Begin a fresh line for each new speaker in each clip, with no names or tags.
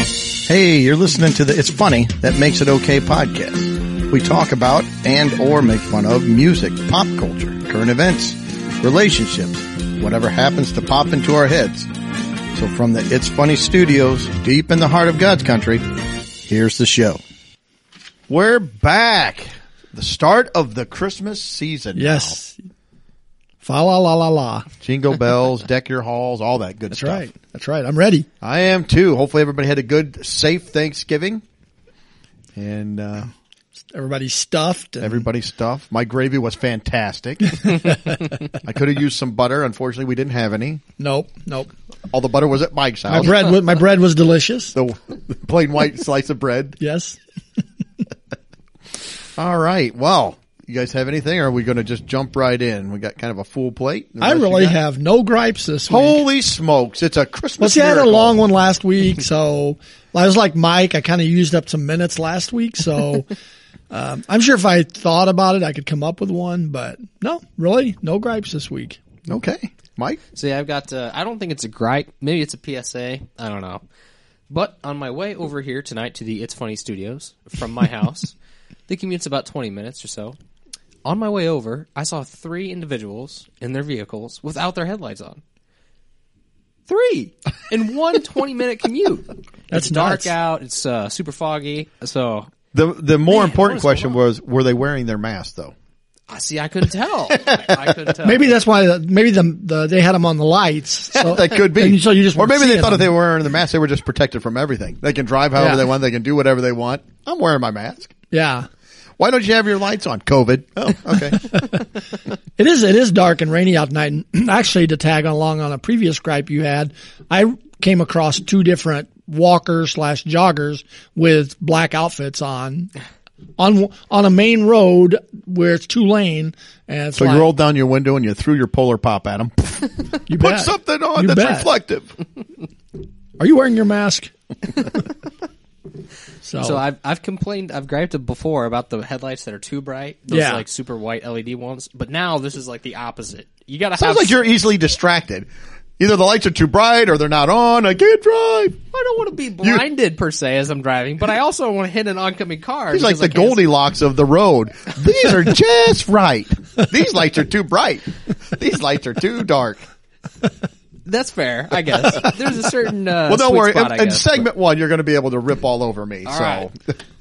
Hey, you're listening to the It's Funny That Makes It Okay podcast. We talk about and or make fun of music, pop culture, current events, relationships, whatever happens to pop into our heads. So from the It's Funny studios, deep in the heart of God's country, here's the show. We're back. The start of the Christmas season. now.
Yes. Fa la la la la.
Jingle bells, deck your halls, all that good
That's
stuff.
right. That's right. I'm ready.
I am too. Hopefully everybody had a good, safe Thanksgiving. And, uh,
Everybody's stuffed. And
Mm-hmm. everybody's stuff. My gravy was fantastic. I could have used some butter. Unfortunately, we didn't have any.
nope. Nope.
All the butter was at Mike's
My
house.
bread. wa- My bread was delicious.
The plain white slice of bread.
Yes.
All right. Well, you guys have anything or are we going to just jump right in? We got kind of a full plate.
I
Unless you
really
got-
have no gripes this week.
Holy smokes. It's a Christmas.
Well, see, I had a
miracle.
long one last week, so I was like Mike. I kind of used up some minutes last week, so um, I'm sure if I thought about it, I could come up with one. But no, really, no gripes this week.
Okay. Mike?
See, I've got. Uh, I don't think it's a gripe. Maybe it's a PSA. I don't know. But on my way over here tonight to the It's Funny Studios from my house, the commute's about twenty minutes or so. On my way over, I saw three individuals in their vehicles without their headlights on. Three in one 20 minute commute.
That's
it's dark
nuts.
out. It's uh, super foggy. So
The, the more
Man,
important
what is
question
going
was, were they wearing their mask though?
I see. I couldn't tell. I, I couldn't tell.
Maybe that's why. The, maybe the, the they had them on the lights. So,
that could be.
And so you just
or
weren't
maybe they
seeing
thought if
them.
they were wearing the mask, they were just protected from everything. They can drive however
Yeah.
they want. They can do whatever they want. I'm wearing my mask.
yeah.
Why don't you have your lights on? COVID. Oh, okay.
It is it is dark and rainy out tonight. And actually, to tag along on a previous gripe you had, I came across two different walkers slash joggers with black outfits on, on on a main road where it's two lane, and it's
so
like,
you rolled down your window and you threw your polar pop at them.
you
Put
bet.
something on
You
that's
bet.
reflective.
Are you wearing your mask? so,
Oh.
So I've I've complained I've griped before about the headlights that are too bright, those
Yeah.
like super white LED ones. But now this is like the opposite. You gotta have
Sounds like you're easily distracted. Either the lights are too bright or they're not on. I can't drive.
I don't want to be blinded per se as I'm driving, but I also want to hit an oncoming car.
He's like
because I
the
can't-
Goldilocks of the road. These are just right. These lights are too bright. These lights are too dark.
That's fair, I guess. There's a certain uh,
Well, don't
sweet
worry.
Spot, I
in in
guess.
segment one, you're going to be able to rip all over me. so
right.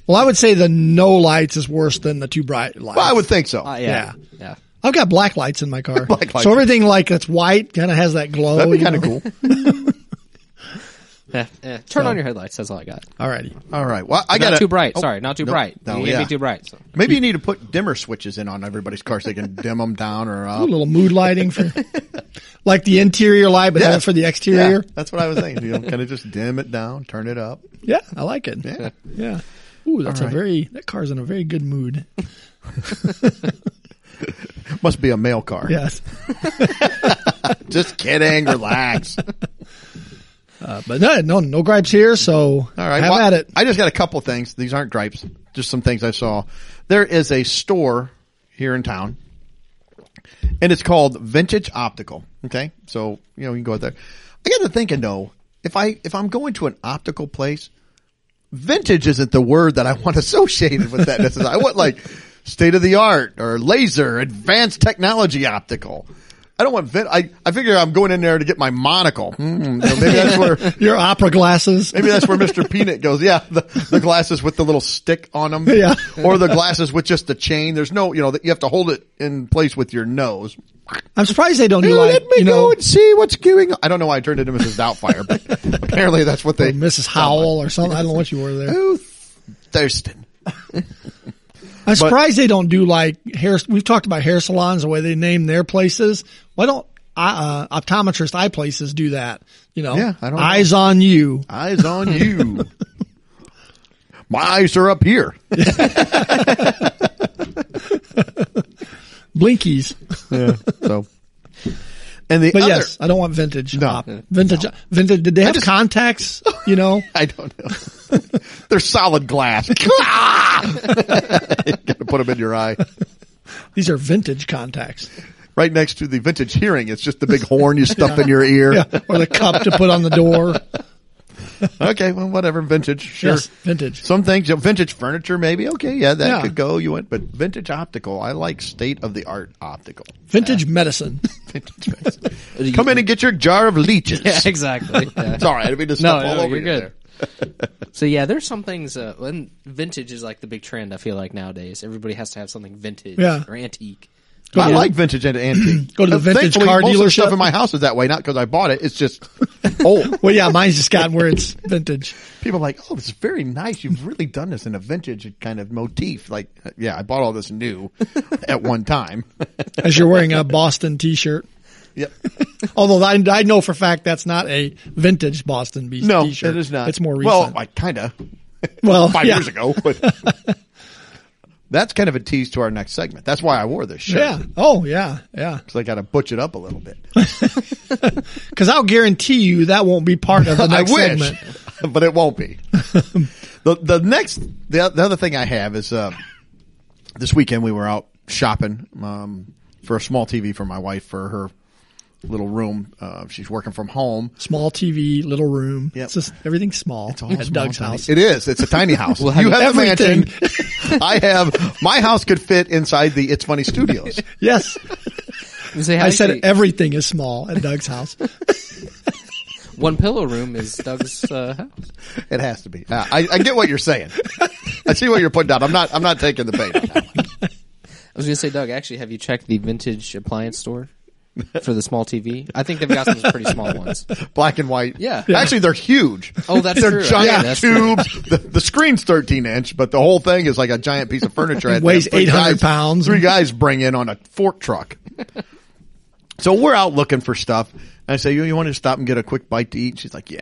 well, I would say the no lights is worse than the too bright lights.
Well, I would think so.
Uh,
yeah.
yeah, yeah.
I've got black lights in my car,
Black lights.
so everything like that's white kind of has that glow.
That'd be
Oh,
you
kind of
know?
cool.
Eh, eh. Turn on your headlights. That's all I got.
Alrighty.
All right. Well, I Oh, got
not too bright. Sorry, not too
no,
bright.
no,
you hit
yeah.
me too bright. So.
Maybe you need to put dimmer switches in on everybody's cars. They can dim them down or
a
up.
little mood lighting for like the interior light, but have it for the
Yeah,
exterior.
that's what I was thinking. You know, kind of just dim it down, turn it up.
Yeah, I like it.
Yeah.
Yeah. Ooh, that's
All right.
a very that car's in a very good mood.
Must be a mail car.
Yes,
Just kidding. Relax. All
uh, but no, no, no gripes here. So
right.
have
well,
at it.
I just got a couple things. These aren't gripes. Just some things I saw. There is a store here in town and it's called Vintage Optical. Okay, so you know you can go out there. I got to thinking though, if I if I'm going to an optical place, vintage isn't the word that I want associated with that. necessarily. I want like state of the art or laser, advanced technology optical. I don't want vin. I I figure I'm going in there to get my monocle. Hmm, you know, maybe that's where.
Your opera glasses.
Maybe that's where Mr. Peanut goes. Yeah, the, the glasses with the little stick on them.
Yeah.
Or the glasses with just the chain. There's no, you know, that you have to hold it in place with your nose.
I'm surprised they don't do
Hey,
like
let me
you
go
know
and see what's going on. I don't know why I turned into Mrs. Doubtfire, but apparently that's what they.
Mrs. Howell or something. I don't know what you were there.
Who Thurston?
I'm surprised they don't do like hair. We've talked about hair salons the way they name their places. Why don't uh, uh, optometrist eye places do that? You know,
Yeah, I don't know.
eyes on you.
Eyes on you. My eyes are up here.
Blinkies.
So, and the
But
other,
yes, I don't want vintage.
No.
op. vintage. Vintage. Did they have contacts? You know,
I don't know. They're solid glass. you gotta put them in your eye.
these are vintage contacts.
Right next to the vintage hearing, it's just the big horn you stuff in your ear.
Yeah, or the cup to put on the door.
okay, well, whatever. Vintage, sure.
Yes, vintage.
Some things, you know, vintage furniture, maybe. Okay, yeah, that
Yeah.
could go. You went, but vintage optical. I like state of the art optical.
Vintage medicine.
Vintage medicine. Come in and get your jar of leeches.
Yeah, exactly. Yeah.
Sorry, I didn't mean to
No,
step all
no,
over
you're
you
good.
there.
So yeah, there's some things. Uh, and vintage is like the big trend. I feel like nowadays everybody has to have something vintage
Yeah.
or antique.
I like vintage and antique.
Go to the
Uh,
vintage
thankfully,
car
most Of the stuff
dealership.
in my house is that way, not because I bought it. It's just old.
well, yeah, mine's just gotten where it's vintage.
People are like, oh, this is very nice. You've really done this in a vintage kind of motif. Like, yeah, I bought all this new at one time.
As you're wearing a Boston T-shirt.
yep.
Although I, I know for a fact that's not a vintage Boston Beast
No,
T-shirt.
it is not.
It's more
Well,
recent.
I kind of
Well,
five
yeah.
years ago. but- that's kind of a tease to our next segment. That's why I wore this shirt.
Yeah. Oh, yeah. Yeah.
Because I got to butch it up a little bit.
Because I'll guarantee you that won't be part of the
I
next
wish,
segment.
but it won't be. the The next, the, the other thing I have is uh, this weekend we were out shopping um, for a small TV for my wife for her little room. Uh, she's working from home.
Small TV, little room.
Yep.
It's just everything's small. It's
all
at
small,
Doug's
tiny-
house.
It is. It's a tiny house. you have the
everything.
mansion. I have my house could fit inside the It's Funny Studios.
yes.
You say, how
I
do you
said
say-
everything is small at Doug's house.
one pillow room is Doug's uh, house.
It has to be. Uh, I, I get what you're saying. I see what you're putting down. I'm not. I'm not taking the bait. on that one.
I was gonna say, Doug, actually, have you checked the vintage appliance store for the small TV? I think they've got some pretty small ones.
Black and white.
Yeah.
Actually, they're huge.
Oh, that's
they're
true. Yeah,
giant
that's true.
tubes. The, the screen's 13 inch, but the whole thing is like a giant piece of furniture. It
weighs 800 pounds.
Three guys bring in on a fork truck. So we're out looking for stuff. And I say, you, you want to stop and get a quick bite to eat? She's like, yeah,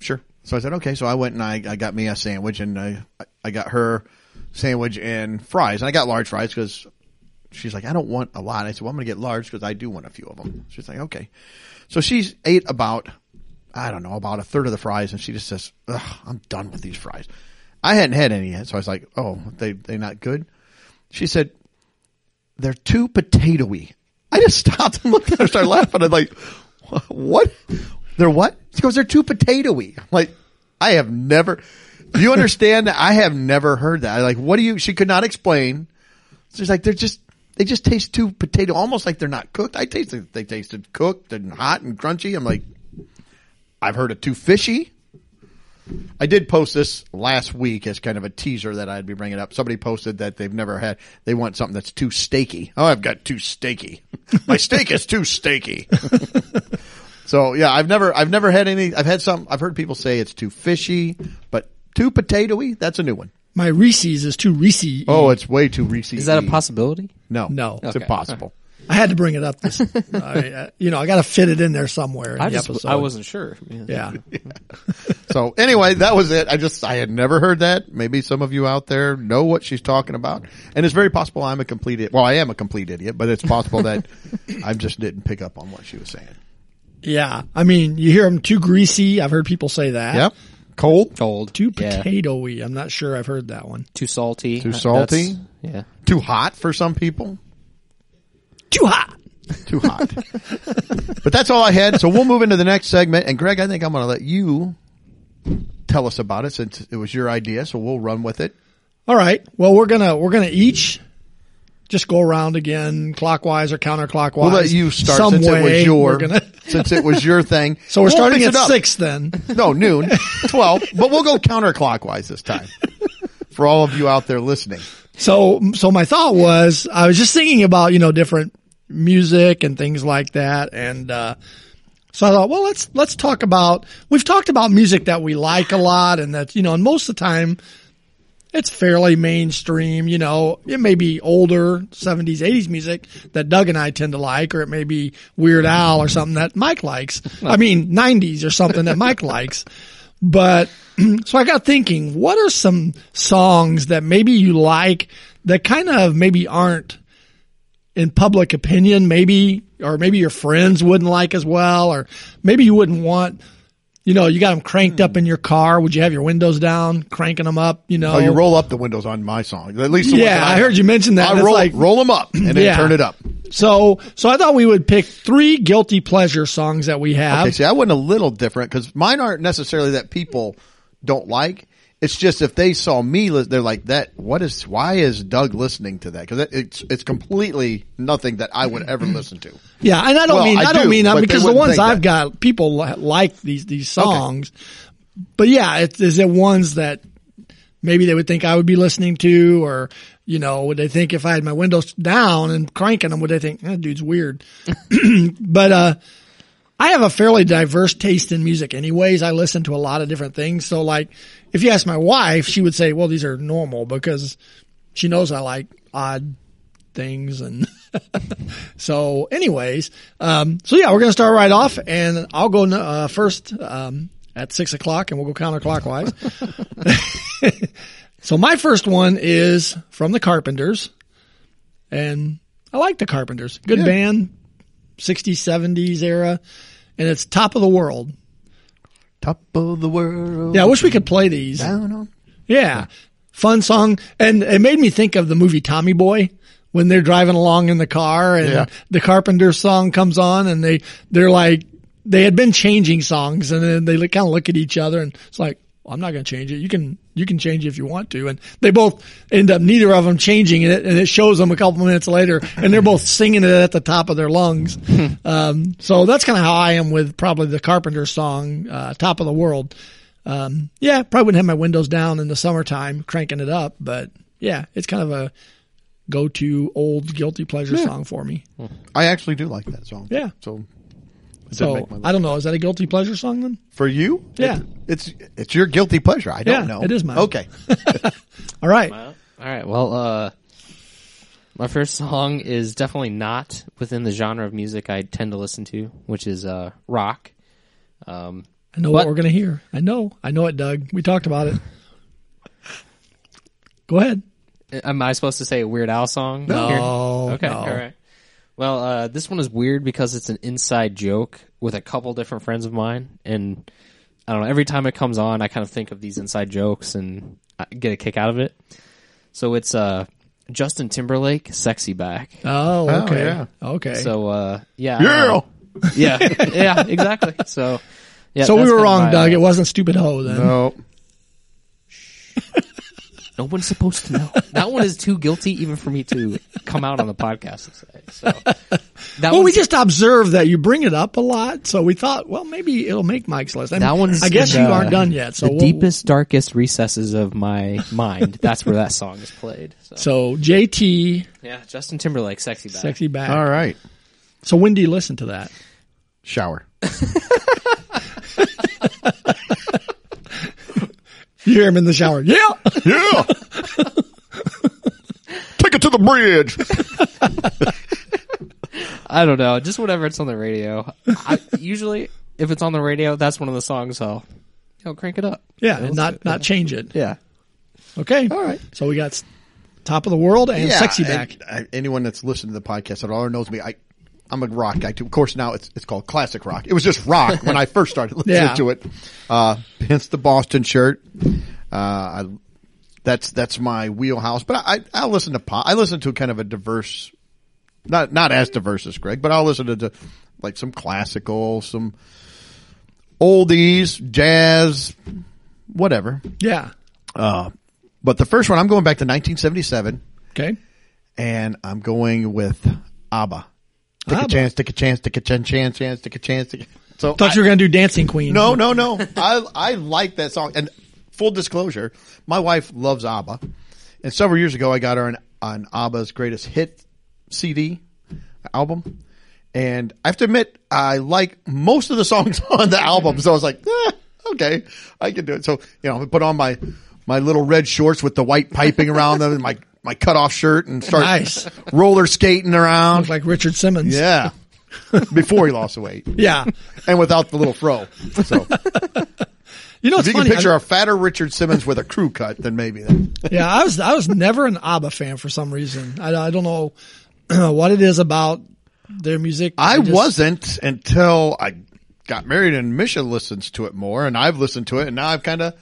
sure. So I said, okay. So I went and I, I got me a sandwich and I, I got her sandwich and fries. And I got large fries because she's like, I don't want a lot. I said, well, I'm going to get large because I do want a few of them. She's like, okay. So she's ate about, I don't know, about a third of the fries. And she just says, Ugh, I'm done with these fries. I hadn't had any yet. So I was like, oh, they, they not good. She said, they're too potatoey. I just stopped and looked at her, started laughing. I'm like, what? They're what? She goes, they're too potatoey. I'm like, I have never. Do you understand? that? I have never heard that. I like, what do you? She could not explain. She's like, they're just. They just taste too potato, almost like they're not cooked. I taste it. They tasted cooked and hot and crunchy. I'm like, I've heard of too fishy. I did post this last week as kind of a teaser that I'd be bringing up. Somebody posted that they've never had, they want something that's too steaky. Oh, I've got too steaky. My steak is too steaky. so yeah, I've never, I've never had any, I've had some, I've heard people say it's too fishy, but too potatoey, that's a new one.
My Reese's is too Reese.
Oh, it's way too greasy.
Mm. Is that a possibility?
No.
No.
It's
Okay.
impossible.
I had to bring it up. This, I, uh, you know, I got to fit it in there somewhere. In
I
the
just
episode.
I wasn't sure.
Yeah.
So anyway, that was it. I just I had never heard that. Maybe some of you out there know what she's talking about, and it's very possible I'm a complete idiot. Well, I am a complete idiot, but it's possible that I just didn't pick up on what she was saying.
Yeah. I mean, you hear them too greasy. I've heard people say that.
Yep, cold,
Cold.
Too
Yeah.
potatoey. I'm not sure I've heard that one.
Too salty.
Too
Uh,
salty?
that's- Yeah.
too hot for some people,
Too hot.
too hot. but that's all I had. So we'll move into the next segment, and Greg, I think I'm going to let you tell us about it since it was your idea. So we'll run with it.
All right. Well, we're gonna we're gonna each just go around again clockwise or counterclockwise.
We'll let you start
Some
since it
way.
was your
We're gonna-
since it was your thing.
so we're
We'll
starting
mix
at
it up.
six then.
No, noon, 12, but we'll go counterclockwise this time for all of you out there listening.
So, so my thought was, I was just thinking about, you know, different music and things like that. And, uh, so I thought, well, let's, let's talk about, we've talked about music that we like a lot and that, you know, and most of the time it's fairly mainstream, you know, it may be older seventies, eighties music that Doug and I tend to like, or it may be Weird Al or something that Mike likes. I mean, nineties or something that Mike likes. But so I got thinking, what are some songs that maybe you like that kind of maybe aren't in public opinion, maybe, or maybe your friends wouldn't like as well, or maybe you wouldn't want, you know, you got them cranked up in your car. Would you have your windows down, cranking them up, you know?
Oh, you roll up the windows on my song. At least the ones
yeah,
that
I heard you mention that. and
I
it's
roll,
like,
roll them up and then
Yeah.
turn it up.
So, so I thought we would pick three guilty pleasure songs that we have.
Okay, see, I went a little different because mine aren't necessarily that people don't like. It's just if they saw me, li- they're like that. What is? Why is Doug listening to that? Because it's it's completely nothing that I would ever listen to.
Yeah, and I don't
Well,
mean I,
I
don't
do,
mean
but
that
they
because the
wouldn't
ones
think that.
I've got people li- like these these songs, but yeah, it, is it ones that maybe they would think I would be listening to, or you know, would they think if I had my windows down and cranking them, would they think that dude's weird? but uh, I have a fairly diverse taste in music, anyways. I listen to a lot of different things, so like if you ask my wife, she would say, "Well, these are normal," because she knows I like odd things and. So, anyways, um, so yeah, we're gonna start right off, and I'll go uh, first um, at six o'clock, and we'll go counterclockwise. so my first one is from the Carpenters, and I like the Carpenters, good band, 60s, 70s era, and it's Top of the World.
Top of the world.
Yeah, I wish we could play these.
Down on.
Yeah. Fun song. And it made me think of the movie Tommy Boy when they're driving along in the car and
Yeah.
the Carpenter song comes on and they, they're like, they had been changing songs and then they kind of look at each other and it's like, I'm not going to change it. You can, you can change it if you want to. And they both end up, neither of them changing it. And it shows them a couple minutes later and they're both singing it at the top of their lungs. um, so that's kind of how I am with probably the Carpenter song, uh, top of the world. Um, yeah, probably wouldn't have my windows down in the summertime cranking it up, but yeah, it's kind of a go to old guilty pleasure song for me.
I actually do like that song.
Yeah.
So. it did
So
make my list.
I don't know. Is that a guilty pleasure song then?
For you?
Yeah.
It- it's it's your guilty pleasure. I don't
Yeah,
know.
it is mine.
Okay.
All right.
All right. Well, uh, my first song is definitely not within the genre of music I tend to listen to, which is uh, rock. Um,
I know what
What?
we're going to hear. I know. I know it, Doug. We talked about it. Go ahead.
am I supposed to say a Weird Al song?
No.
here?
No,
Oh, Okay.
no.
All right. Well, uh, this one is weird because it's an inside joke with a couple different friends of mine, and I don't know. Every time it comes on, I kind of think of these inside jokes and I get a kick out of it. So it's uh, Justin Timberlake, "Sexy Back."
Oh,
Oh,
okay.
yeah.
Okay. So,
So uh, yeah, I don't
yeah.
know. yeah, yeah, exactly. So, yeah,
we
that's
were
kinda
wrong,
my,
Doug.
uh,
It wasn't Stupid Ho then.
No.
no one's supposed to know. That one is too guilty even for me to come out on the podcast and say. So that
Well, we
one's-
just observed that you bring it up a lot, so we thought, well, maybe it'll make Mike's list. I, mean,
that one's
I guess
in
you
the-
aren't done yet. So
the
we'll-
deepest, darkest recesses of my mind. That's where that song is played. So,
So JT,
yeah, Justin Timberlake, sexy back.
sexy back.
All right.
So when do you listen to that?
Shower.
You hear him in the shower. Yeah.
Yeah. Take it to the bridge.
I don't know, just whatever it's on the radio. I, usually, if it's on the radio, that's one of the songs I'll, I'll crank it up.
Yeah. and Not not change it.
Yeah.
Okay.
All right.
So we got s- top of the world and sexy
and-
back.
I- anyone that's listened to the podcast at all or knows me, I I'm a rock guy too. Of course, now it's it's called classic rock. It was just rock when I first started listening
Yeah.
to it. Uh, hence the Boston shirt. Uh, I, that's that's my wheelhouse. But I I listen to pop. I listen to kind of a diverse, not not as diverse as Greg, but I'll listen to the, like some classical, some oldies, jazz, whatever.
yeah.
But the first one, I'm going back to 1977
Okay.
and I'm going with ABBA. Take
ABBA.
a chance, take a chance, take a chance, chance, chance, take a chance. Take a... So
Thought
I-
you were gonna do Dancing Queen.
no, no, no. I I like that song. And full disclosure, my wife loves ABBA, and several years ago I got her an an ABBA's greatest hit CD album, and I have to admit I like most of the songs on the album. So I was like, "Eh, okay, I can do it. So you know, I put on my my little red shorts with the white piping around them, and my my cutoff shirt, and start
Nice.
roller skating around.
Looked like Richard Simmons.
Yeah, before he lost the weight
Yeah.
and without the little fro. So.
You know,
If
it's
you
funny.
can picture
I-
a fatter Richard Simmons with a crew cut, then maybe. Then.
yeah, I was I was never an ABBA fan for some reason. I, I don't know what it is about their music.
I
just-
wasn't until I got married and Misha listens to it more, and I've listened to it, and now I've kind of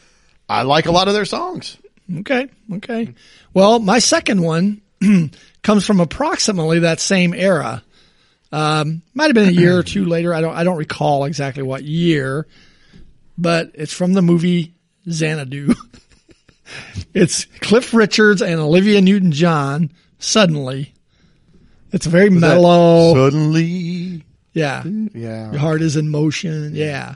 I like a lot of their songs.
Okay. Okay. Well, my second one comes from approximately that same era. Um, might have been a year or two later. I don't. I don't recall exactly what year, but it's from the movie Xanadu. it's Cliff Richards and Olivia Newton-John. Suddenly, it's a very mellow.
Suddenly,
yeah,
yeah.
your heart is in motion. Yeah.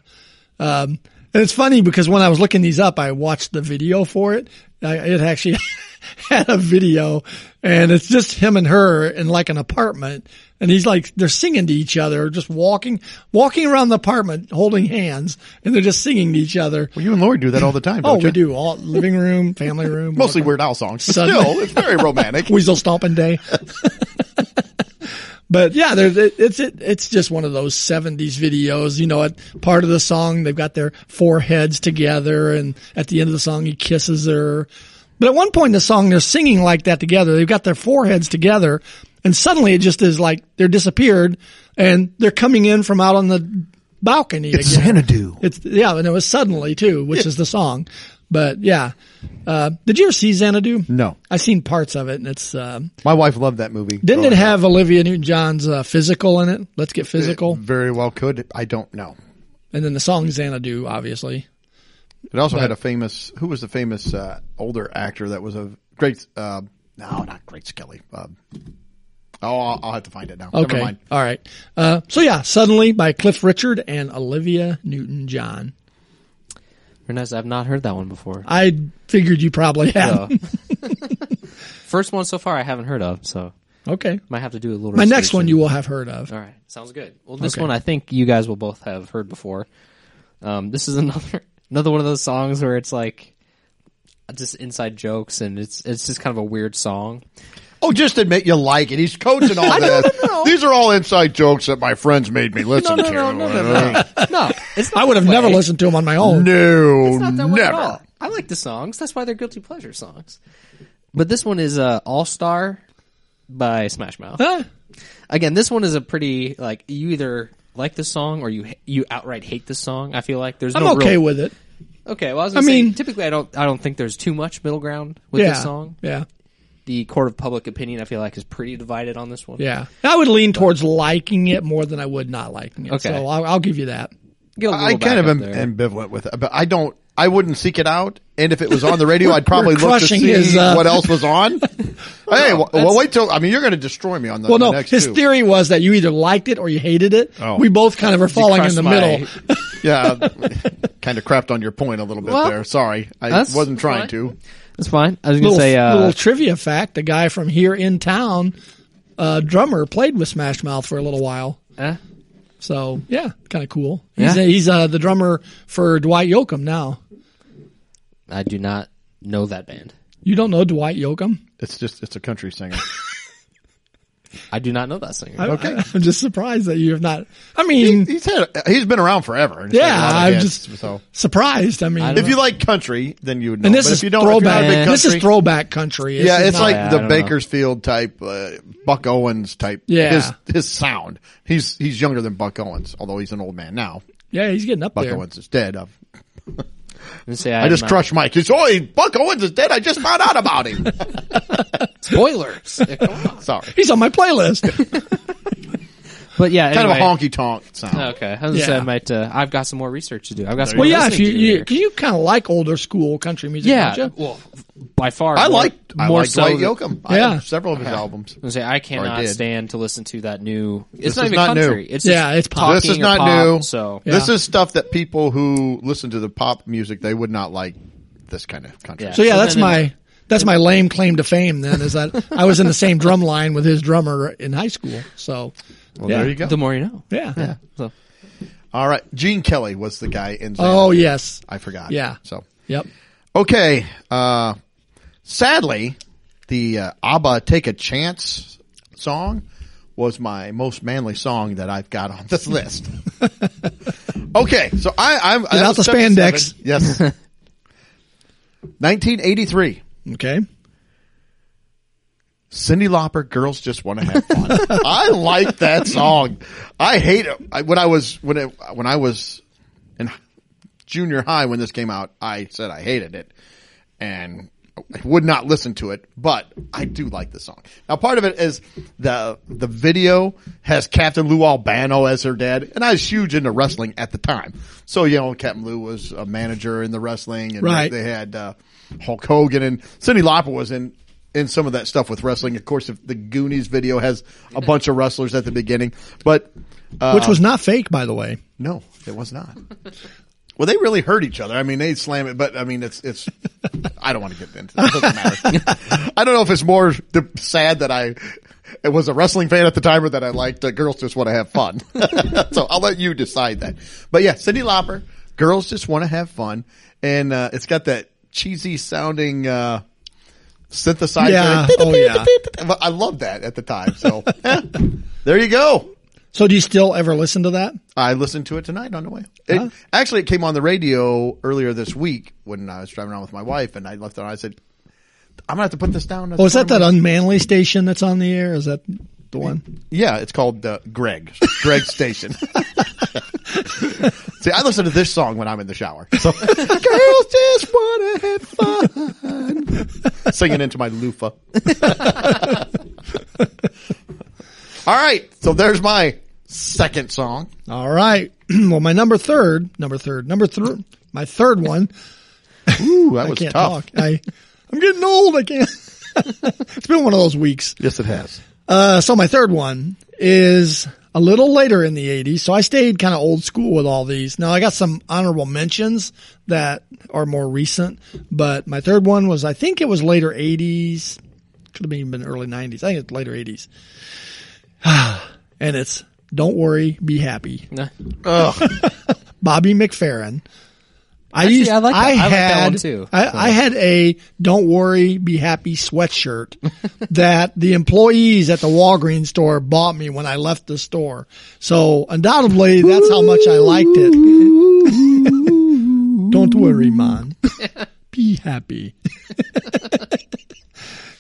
Um, and it's funny because when I was looking these up, I watched the video for it. I, it actually had a video and it's just him and her in like an apartment and he's like, they're singing to each other, just walking, walking around the apartment holding hands and they're just singing to each other.
Well, you and Lori do that all the time.
Oh,
Don't
we
you?
do all living room, family room,
Mostly Weird Al songs. But
Suddenly.
still, it's very romantic.
Weasel Stomping Day. but yeah, there's it, it's it, it's just one of those '70s videos. You know, at part of the song they've got their foreheads together, and at the end of the song he kisses her. But at one point in the song they're singing like that together. They've got their foreheads together, and suddenly it just is like they're disappeared, and they're coming in from out on the balcony.
It's
again.
Xanadu.
It's yeah, and it was suddenly too, which is the song. But yeah, uh, did you ever see Xanadu?
No.
I've seen parts of it, and it's
Oh,
um,
My wife loved that movie. Oh,
didn't it
growing up.
have Olivia Newton-John's uh, physical in it? Let's
Uh,
get physical,
mm.
Very well could. I don't know.
and then the song Xanadu, obviously.
It also had a famous. Who was the famous uh, older actor that was a great? Uh, no, not Great Skelly. Uh, oh, I'll, I'll have to find it now.
Okay,
Never mind.
all right. Uh, so yeah, suddenly by Cliff Richard and Olivia Newton-John.
Very nice. I've not heard that one before.
I figured you probably have.
So. First one so far I haven't heard of, so
Okay,
might have to do a little.
my
research
next one
and-
you will have heard of.
All right, sounds good. Well, this
Okay.
one I think you guys will both have heard before. Um, this is another another one of those songs where it's like just inside jokes, and it's it's just kind of a weird song.
Oh, just admit you like it. He's coaching all this. These are all inside jokes that my friends made me listen to.
no, it's not
I would have
that
never
way.
listened to him on my own.
No,
It's not that way at
never.
all. I like the songs. That's why they're guilty pleasure songs. But this one is uh, All Star by Smash Mouth.
Huh?
Again, this one is a pretty like you either like the song or you you outright hate the song. I feel like there's
I'm
no
okay
real,
with it.
Okay, well, I was gonna
I
say,
mean-
typically I don't I don't think there's too much middle ground with
Yeah,
this song.
yeah,
The court of public opinion I feel like is pretty divided on this one.
yeah. I would lean towards liking it more than I would not liking it.
Okay.
So I'll, I'll give you that.
Get a little
I kind
back
of
up
am
there.
ambivalent with it, but I don't. I wouldn't seek it out, and if it was on the radio, I'd probably look to
crushing
see
his, uh,
what else was on. hey, well, well, wait till I mean you're going to destroy me on the,
Well,
the
no,
next
his
two.
theory was that you either liked it or you hated it.
Oh.
We both kind of are falling in
crushed
the
my-
middle.
yeah, kind of crapped on your point a little bit
Well,
there. Sorry, I
that's
wasn't trying
fine.
to.
That's fine. I was gonna
Little,
say uh,
little trivia fact: the guy from here in town, uh, drummer, played with Smash Mouth for a little while.
eh?
So yeah, kind of cool. He's
Yeah.
he's uh, the drummer for Dwight Yoakam now.
I do not know that band.
You don't know Dwight Yoakam?
It's just it's a country singer.
I do not know that singer.
I-
Okay.
I, am just surprised that you have not. I mean,
he's had he's been around forever. and he's had a
yeah,
lot of
I'm
hits,
just
so.
surprised. I mean,
I don't
If you like country, then you would know.
and this
but
is
if you don't, if you're not a big
throwback. This is
country-
throwback country. This
Yeah,
is
it's
not-
like
Yeah, I
the
don't know.
Bakersfield type, uh, Buck Owens type.
Yeah.
his, his sound. He's he's younger than Buck Owens, although he's an old man now.
yeah, he's getting up
Buck
there.
Owens is dead. I've,
I'm gonna say
I just
am not-
crushed Mike. It's, oh, he- Buck Owens is dead. I just found out about him.
spoilers. Come on.
Sorry,
He's on my playlist.
but yeah,
kind of a
anyway.
honky tonk sound.
Okay, I was gonna say
Yeah.
I might. Uh, I've got some more research to do. I've got some.
Well,
more
yeah, if you
listening to do
you,
here.
'cause you kind of like older school country music,
yeah,
don't you?
well, by far,
I
more-
like I
more
like
so
Dwight
than-
Yoakam. I
Yeah.
have several of his albums.
I was gonna say I cannot
did.
stand to listen to that new. It's
This
not
is
even
not new.
country. It's
Yeah,
just
it's pop.
this is
talking or
not
pop,
new.
So
This
Yeah.
is stuff that people who listen to the pop music they would not like. This kind of country.
Yeah.
So yeah,
So
that's
then-
my that's my lame claim to fame. Then is that I was in the same drum line with his drummer in high school. So
Well,
yeah.
there you go.
the more you know.
yeah.
So
All right, Gene Kelly was the guy in.
Oh
Xanadu.
yes.
I forgot.
Yeah.
So
Yep.
Okay. Uh, sadly, the uh, ABBA Take a Chance song was my most manly song that I've got on this list. okay. So I, I'm. Get
out the spandex.
Yes. 1983.
Okay.
Cindy Lauper, girls just want to have fun. I like that song. I hate it. I, when I was when it, when I was in junior high when this came out, I said I hated it, and I would not listen to it, but I do like the song. Now, part of it is the the video has Captain Lou Albano as her dad, and I was huge into wrestling at the time. So you know, Captain Lou was a manager in the wrestling, and
Right.
they had uh, Hulk Hogan and Cindy Lauper was in in some of that stuff with wrestling. Of course, if the Goonies video has a bunch of wrestlers at the beginning, but uh,
which was not fake, by the way.
no, it was not. Well, they really hurt each other. I mean, they slam it, but I mean, it's it's. I don't want to get into. It. it doesn't matter. I don't know if it's more the, sad that I it was a wrestling fan at the time, or that I liked uh, girls just want to have fun. so I'll let you decide that. But yeah, Cindy Lauper, girls just want to have fun, and uh, it's got that cheesy sounding uh, synthesizer.
Yeah. Oh, yeah.
But I love that at the time. So eh, there you go.
So do you still ever listen to that?
I listened to it tonight on the way. It, Actually, it came on the radio earlier this week when I was driving around with my wife, and I left it on. I said, "I'm gonna have to put this down." as
Oh, is
part
that
of
that
my-
unmanly station that's on the air? Is that the one?
yeah, it's called uh, Greg. Greg Station. See, I listen to this song when I'm in the shower. So, Girls just wanna have fun. Singing into my loofah. All right, so there's my second song.
All right. well, my number third, number third, number third, my third one.
Ooh, that
I
was
can't
tough.
talk. I, I'm getting old. I can't. it's been one of those weeks.
Yes, it has.
Uh, so my third one is a little later in the 80s. So I stayed kind of old school with all these. Now I got some honorable mentions that are more recent, but my third one was, I think it was later 80s. Could have even been early 90s. I think it's later 80s. and it's Don't Worry, Be Happy.
Nah.
Bobby McFerrin. I
Actually,
used,
I like that- I like that
had,
one too.
I, I had a "Don't worry, be happy" sweatshirt that the employees at the Walgreens store bought me when I left the store. So undoubtedly, that's how much I liked it. Don't worry, man. be happy.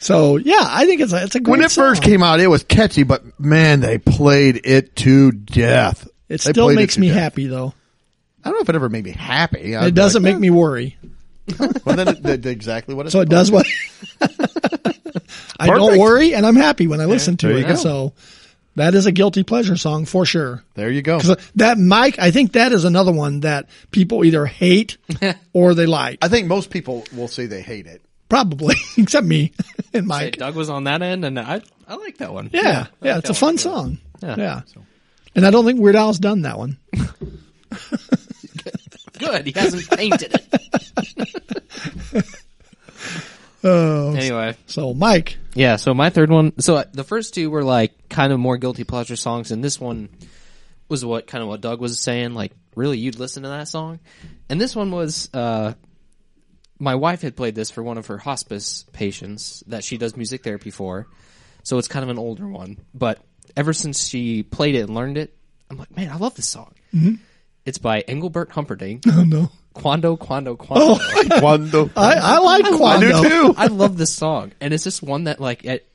so yeah, I think it's a, it's uh, a great
when it first
song.
came out, it was catchy, but man, they played it to death.
It
They
still
played
makes
to
me
death.
happy though.
I don't know if it ever made me happy.
It doesn't make me worry.
Well, then it did exactly what it.
So it does what I don't
Perfect.
worry, and I'm happy when I listen to
there
it.
you go.
So that is a guilty pleasure song for sure.
There you go.
'Cause That Mike, I think that is another one that people either hate or they like.
I think most people will say they hate it.
Probably, except me and
Hey,
Mike.
Doug was on that end, and I I like that one.
Yeah, yeah,
I like
it's
that
a fun
one.
song. Yeah,
Yeah.
and I don't think Weird Al's done that one.
Good, he hasn't painted it.
Oh,
Anyway,
so Mike,
Yeah, so my third one. So uh, the first two were like kind of more guilty pleasure songs, and this one was what kind of what Doug was saying. Like, really, you'd listen to that song? And this one was, uh, my wife had played this for one of her hospice patients that she does music therapy for. So it's kind of an older one. But ever since she played it and learned it, I'm like, man, I love this song. It's by Engelbert Humperdinck.
oh no,
Quando, Quando, Quando.
Quando.
I, I like
I
Quando.
do too.
I love this song, and it's just one that like it,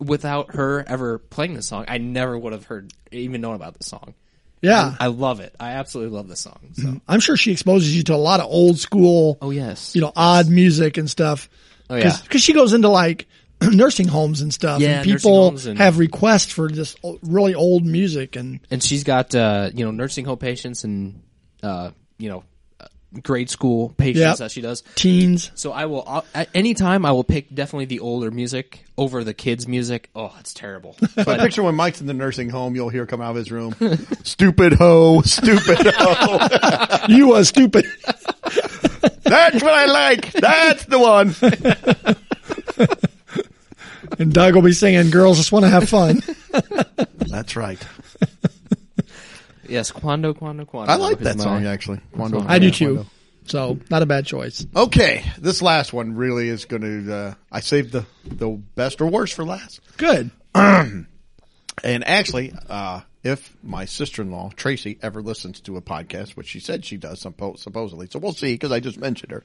without her ever playing the song, I never would have heard even known about the song.
Yeah,
I love it. I absolutely love this song. So,
I'm sure she exposes you to a lot of old school.
oh yes,
you know, odd music and stuff.
Oh, yeah.
Because she goes into like nursing homes and stuff.
Yeah,
and
nursing
people
homes and-
have requests for just o- really old music. And
and she's got uh, you know nursing home patients and uh, you know uh, grade school patients
Yep.
that she does.
teens.
So I will I'll- at any time I will pick definitely the older music over the kids' music. Oh, it's terrible.
So I picture when Mike's in the nursing home, you'll hear come out of his room, stupid hoe, stupid hoe.
You are stupid.
That's what I like. That's the one.
and Doug will be singing, girls just want to have fun.
That's right.
yes, Quando, Quando, Quando.
I like
is
that
my-
song actually. Quando.
I do
Yeah,
too.
Quando.
So not a bad choice.
Okay, this last one really is going to. Uh, I saved the the best or worst for last.
Good.
And actually, uh, if my sister in law, Tracy, ever listens to a podcast, which she said she does suppo- supposedly, so we'll see because I just mentioned her,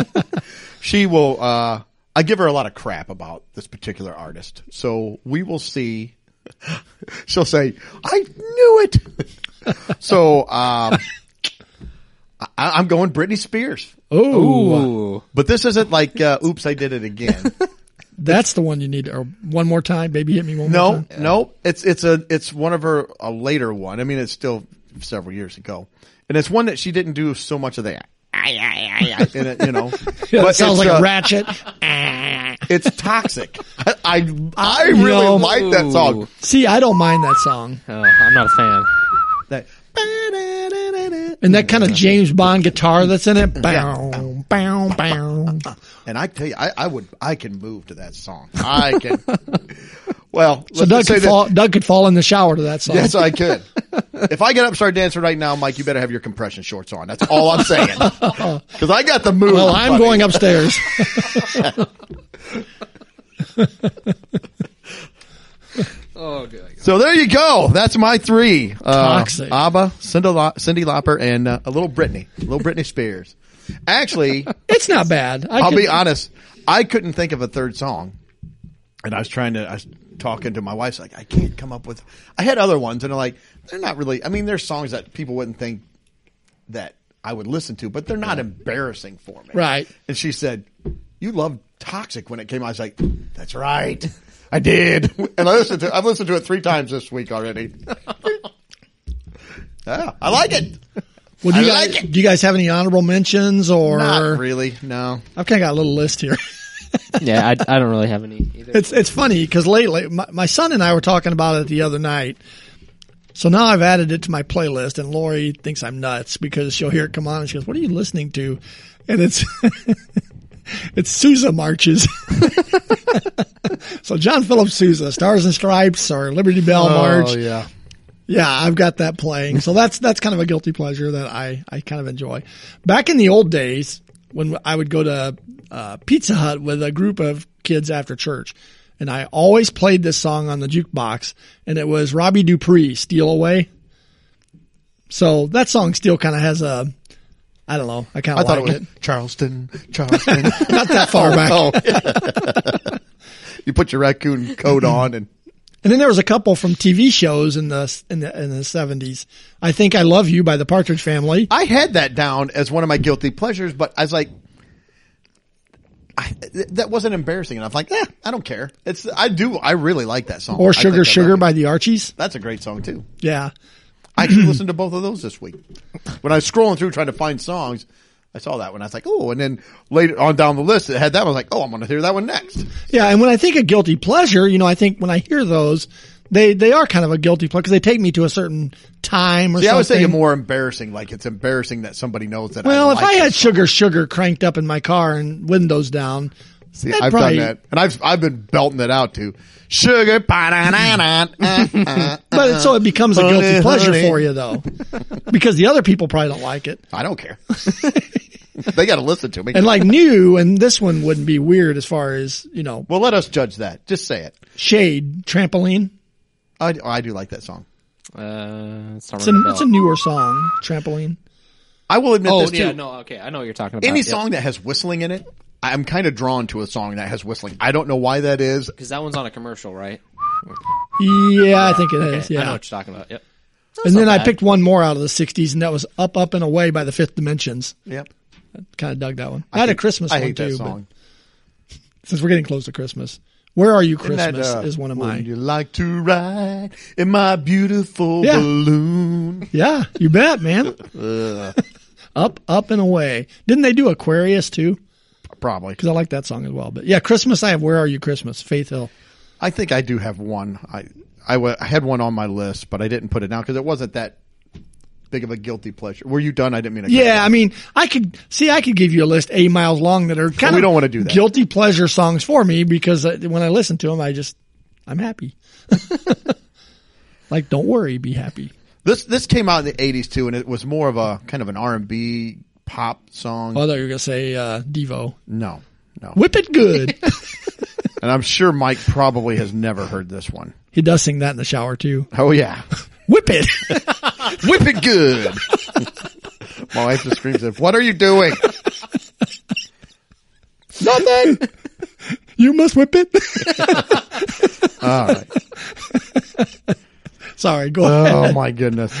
she will, uh, I give her a lot of crap about this particular artist. So we will see. She'll say, I knew it. so, um, I, I'm going Britney Spears.
Oh,
Ooh.
But this isn't like, uh, oops, I did it again.
that's the one you need. Or one more time, baby, hit me one more
No,
time.
no, it's it's a it's one of her a later one. I mean, it's still several years ago, and it's one that she didn't do so much of that. in it, you know,
Yeah,
But
it
it's,
sounds like
uh,
a ratchet.
It's toxic. I I, I really
Yo.
like that song.
Ooh.
See, I don't mind that song.
Oh, I'm not a fan.
That
And that kind of James Bond guitar that's in it. Bow, bow, bow.
and I tell you, I, I would I can move to that song. I can. Well,
So Doug could, fall, Doug could fall in the shower to that song.
Yes, I could. if I get up and start dancing right now, Mike, you better have your compression shorts on. That's all I'm saying. Because I got the move.
well, I'm
buddy.
going upstairs.
Oh, good.
So there you go. That's my three. Uh,
Toxic.
ABBA, Cindy, Lo- Cindy Lauper, and uh, a little Britney, a little Britney Spears. Actually,
It's not bad. I
I'll
could-
be honest. I couldn't think of a third song, and I was trying to. I was talking to my wife's like, I can't come up with. I had other ones, and they're like, they're not really. I mean, there's songs that people wouldn't think that I would listen to, but they're not embarrassing for me,
Right.
And she said, "You loved Toxic when it came." out. I was like, "That's right." I did, and I listened to. I've listened to it three times this week already. yeah, I like it.
Well, do you
I
guys,
like it.
do you guys have any honorable mentions or?
Not really. No,
I've kind of got a little list here.
Yeah, I, I don't really have any either.
It's it's funny because lately my, my son and I were talking about it the other night. So now I've added it to my playlist, and Lori thinks I'm nuts because she'll hear it come on and she goes, "What are you listening to?" And it's it's Sousa marches. so John Philip Sousa, Stars and Stripes, or Liberty Bell March.
Oh yeah.
Yeah, I've got that playing. So that's that's kind of a guilty pleasure that I I kind of enjoy. Back in the old days when I would go to uh, Pizza Hut with a group of kids after church, and I always played this song on the jukebox, and it was Robbie Dupree, "Steal Away." So that song still kind of has a, I don't know, I kind
I
of
thought
like
it was
it.
Charleston, Charleston.
Not that far back.
Oh. you put your raccoon coat on and
And then there was a couple from TV shows in the in the in the seventies. I think I Love You by the Partridge Family.
I had that down as one of my guilty pleasures, but I was like, I, th- that wasn't embarrassing enough. Like, eh, I don't care. It's, I do, I really like that song. I
Or
think
Sugar
that-
Sugar by the Archies.
That's a great song too.
Yeah.
I actually listened to both of those this week. When I was scrolling through trying to find songs, I saw that one. I was like, oh, and then later on down the list, it had that one. I was like, oh, I'm going to hear that one next.
Yeah. And when I think of guilty pleasure, you know, I think when I hear those, they, they are kind of a guilty pleasure because they take me to a certain time or
Yeah, I was
something.
thinking more embarrassing. Like it's embarrassing that somebody knows that.
well,
I
if
like
I
that
had sugar, sugar cranked up in my car and windows down,
See,
that'd
I've
probably-
done that, and I've I've been belting it out to sugar. I
but it- so it becomes a guilty
Honey,
pleasure
honey.
for you though, because the other people probably don't like it.
don't care. they got to listen to me.
And like new, and this one wouldn't be weird as far as, you know,
well, let us judge that. Just say it.
shade, trampoline.
I, I do like that song.
uh, it's not
It's a, it's a newer song, trampoline.
I will admit
Oh
this too.
yeah, no, okay, I know what you're talking about.
Uh,
Any song that has whistling in it, I'm kind of drawn to a song that has whistling. I don't know why that is.
because that one's on a commercial, right?
Yeah, I think it is.
I know
Yeah.
what you're talking about. Yep.
And then
not
I
bad.
picked one more out of the 60s, and that was Up, Up, and Away by the Fifth Dimensions.
Yep.
Kind of dug that one. I, had a Christmas
I
one
hate
too,
that song.
but since we're getting close to Christmas, Where Are You
Isn't that,
Christmas
uh,
is one of
Wouldn't
mine.
You like to ride in my beautiful
Yeah.
balloon.
Yeah, you bet, man. up, Up, and Away. Didn't they do Aquarius too?
Probably.
Because I like that song as well. But yeah, Christmas, I have Where Are You Christmas, Faith Hill.
I think I do have one. I I wa- I had one on my list, but I didn't put it down because it wasn't that big of a guilty pleasure. Were you done? I didn't mean to. cut
Yeah,
you.
I mean, I could see, I could give you a list eight miles long that are kind
We
of
don't wanna do that.
guilty pleasure songs for me because uh, when I listen to them, I just I'm happy. like, don't worry, be happy.
this this came out in the '80s too, and it was more of a kind of an R&B pop song.
Oh, I thought you were gonna say uh, Devo.
no, no,
Whip it good.
and I'm sure Mike probably has never heard this one.
he does sing that in the shower too.
Oh yeah,
Whip it.
whip it good. my wife just screams at, "What are you doing?"
Nothing. you must whip it.
All right.
Sorry, go ahead.
Oh my goodness.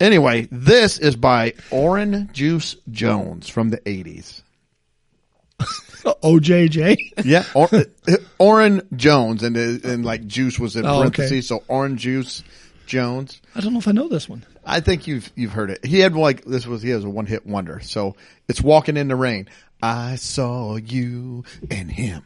Anyway, this is by Orange Juice Jones from the 80s. Uh,
OJJ.
Yeah, or, Orin Jones, and uh, and like Juice was in
Oh, okay.
parentheses, so Orange Juice Jones.
I don't know if I know this one.
I think you've you've heard it. He had like this was he has a one hit wonder. So it's Walking in the Rain. I saw you and him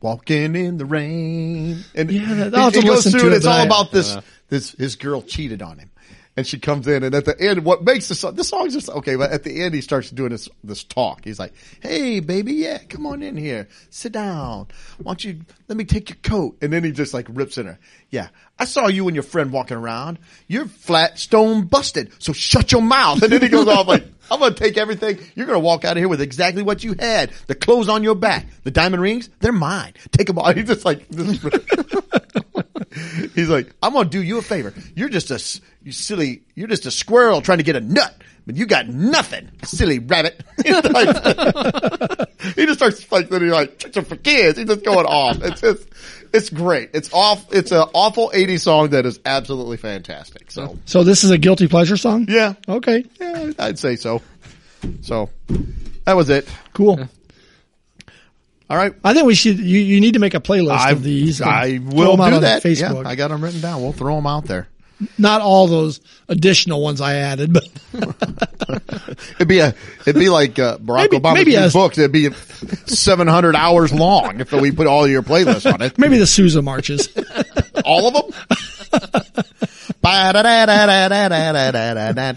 walking in the rain. And
Yeah, that-
it-
I'll have to
it goes
listen
through.
to
and
it,
it's
but
all
I-
about this. This his girl cheated on him, and she comes in, and at the end, what makes the song? The song's just okay, but at the end, he starts doing this this talk. He's like, "Hey, baby, yeah, come on in here, sit down. Why don't you let me take your coat?" And then he just like rips in her. Yeah, I saw you and your friend walking around. You're flat, stone busted. So shut your mouth. And then he goes off like, "I'm gonna take everything. You're gonna walk out of here with exactly what you had. The clothes on your back, the diamond rings, they're mine. Take them all." He's just like. He's like, I'm gonna do you a favor. You're just a s- you silly. You're just a squirrel trying to get a nut, but you got nothing, silly rabbit. He's like- he just starts like literally like "Chicks are for kids. He's just going off. It's just, it's great. It's off. It's an awful '80s song that is absolutely fantastic. So
So this is a guilty pleasure song.
yeah,
Okay.
yeah, I'd say so. So that was it.
Cool.
All right.
I think we should. You, you need to make a playlist of these. and
I
throw
will
them out
do
on
that.
Facebook.
Yeah, I got them written down. We'll throw them out there.
Not all those additional ones I added, but
It'd be a, it'd be like uh, Barack
Maybe-
Obama's
maybe
new
a-
book. It'd be 700 hours long if we put all your playlists on it.
maybe the Sousa marches.
All of them.
Not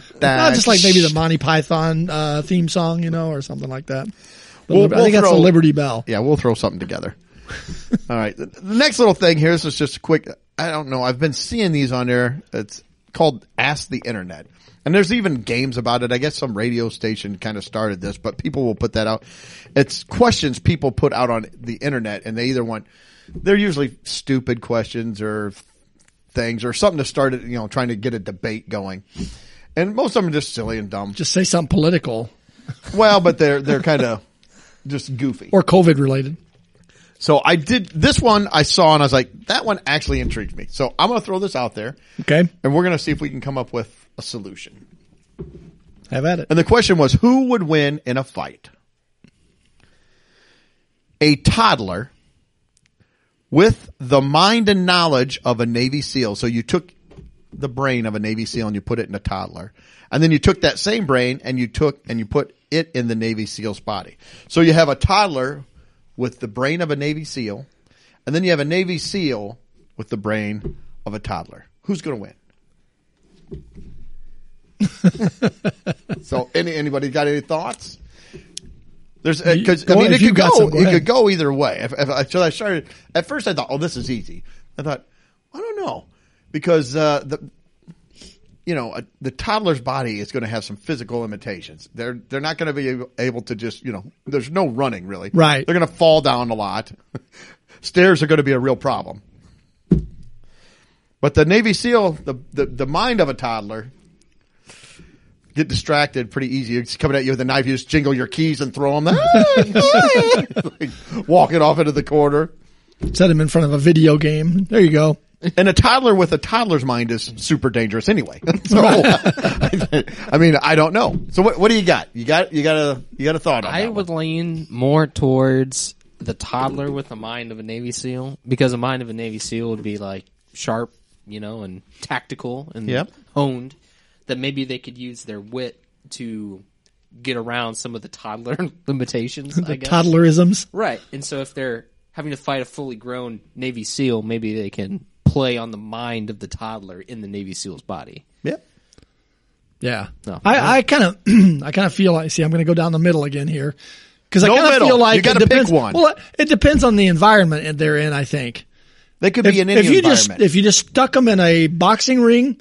Just
just like maybe the Monty Python uh, theme song, you know, or something like that. The
We'll-
Lib- I
we'll
think that's the
throw-
Liberty Bell.
Yeah, we'll throw something together. All right. The the next little thing here, this is just a quick, I don't know. I've been seeing these on there. It's called Ask the Internet. And there's even games about it. I guess some radio station kind of started this, but people will put that out. It's questions people put out on the internet and they either want, they're usually stupid questions or things or something to start it, you know, trying to get a debate going. And most of them are just silly and dumb.
Just say something political
Well, but they're, they're kind of just goofy.
or COVID related.
So I did this one I saw and I was like, that one actually intrigued me. So I'm going to throw this out there
Okay,
and we're going to see if we can come up with a solution.
have at it.
And the question was, who would win in a fight? A toddler with the mind and knowledge of a Navy SEAL. So you took the brain of a Navy SEAL and you put it in a toddler. And then you took that same brain and you took and you put it in the Navy SEAL's body. So you have a toddler with the brain of a Navy SEAL and then you have a Navy SEAL with the brain of a toddler. Who's going to win? So, any, anybody got any thoughts? There's because I
Go-
mean it
if you
could
got
go,
some, go
it
ahead.
could go either way. If, if, I- so I started at first, I thought, oh, this is easy. I thought, I don't know because uh, the you know a, the toddler's body is going to have some physical limitations. They're they're not going to be able, able to just you know there's no running really.
Right.
They're going to fall down a lot. Stairs are going to be a real problem. But the Navy SEAL, the, the, the mind of a toddler, get distracted pretty easy. It's coming at you with a knife. You just jingle your keys and throw them. walking off into the corner.
Set him in front of a video game. There you go.
And a toddler with a toddler's mind is super dangerous anyway. So, I mean, I don't know. So what, what do you got? You got, you got a, you got a thought on
I
that one?
would lean more towards the toddler with the mind of a Navy SEAL because the mind of a Navy SEAL would be like sharp, you know, and tactical and
Yep.
honed. That maybe they could use their wit to get around some of the toddler limitations. I guess.
Toddlerisms.
Right. And so if they're having to fight a fully grown Navy SEAL, maybe they can play on the mind of the toddler in the Navy SEAL's body.
Yep.
Yeah.
No.
I, I kind of, I kind of feel like, see, I'm going to go down the middle again here. Cause I
No
kind of
middle.
feel like
You gotta
it depends.
pick one.
Well, it depends on the environment and they're in, I think.
They could
If,
be in any
if you just,
environment.
if you just stuck them in a boxing ring,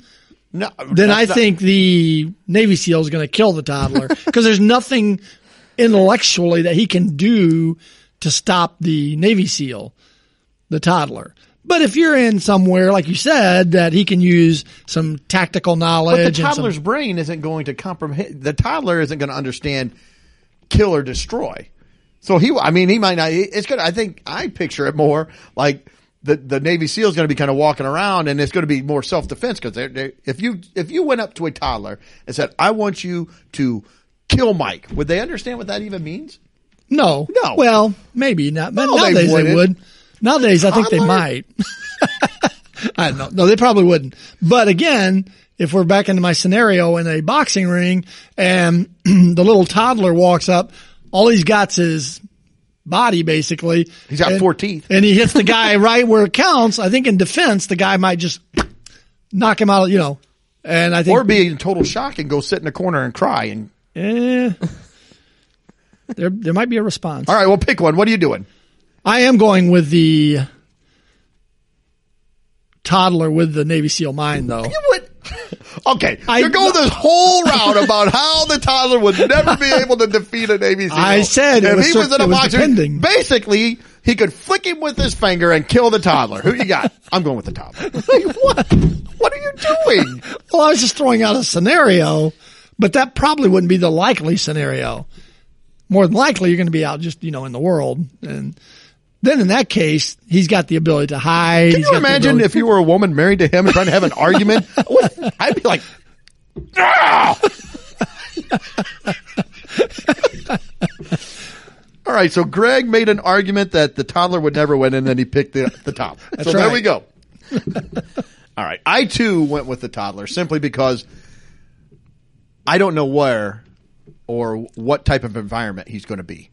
no,
then
that's
I
not-
think the Navy SEAL is going to kill the toddler because there's nothing intellectually that he can do to stop the Navy SEAL, the toddler. But if you're in somewhere, like you said, that he can use some tactical knowledge
But the
and some-
toddler's brain isn't going to comprehend. The toddler isn't going to understand kill or destroy. So he, I mean, he might not. It's good. I think I picture it more like the the Navy SEAL is going to be kind of walking around, and it's going to be more self defense because they're, they're, if you if you went up to a toddler and said, "I want you to kill Mike," would they understand what that even means?
No.
No.
Well, maybe not. But
No, they
nowadays they,
wouldn't.
would. Nowadays, I think they
Toddler?
might. I don't know. No, they probably wouldn't. But again, if we're back into my scenario in a boxing ring and the little toddler walks up, all he's got's his body basically.
He's got
And-
four teeth.
And he hits the guy right where it counts. I think in defense, the guy might just knock him out, you know. And I think
Or be in total shock and go sit in a corner and cry. And
Eh. there there might be a response.
all right, well, pick one. What are you doing?
I am going with the toddler with the Navy SEAL mind, though.
What? Okay,
I-
you're going this whole route about how the toddler would never be able to defeat an ABC.
I said it
if
was
he
cer-
was in a
it was
boxing,
depending.
basically he could flick him with his finger and kill the toddler. Who you got? I'm going with the toddler. Like, what? What are you doing?
Well, I was just throwing out a scenario, but that probably wouldn't be the likely scenario. More than likely, you're going to be out just you know in the world, and then in that case, he's got the ability to hide.
Can you imagine if you were a woman married to him and trying to have an argument? What? I'd be like, "Ah!" All right, so Greg made an argument that the toddler would never win, and then he picked the, the toddler. so there
right.
we go. All right, I too went with the toddler simply because I don't know where or what type of environment he's going to be.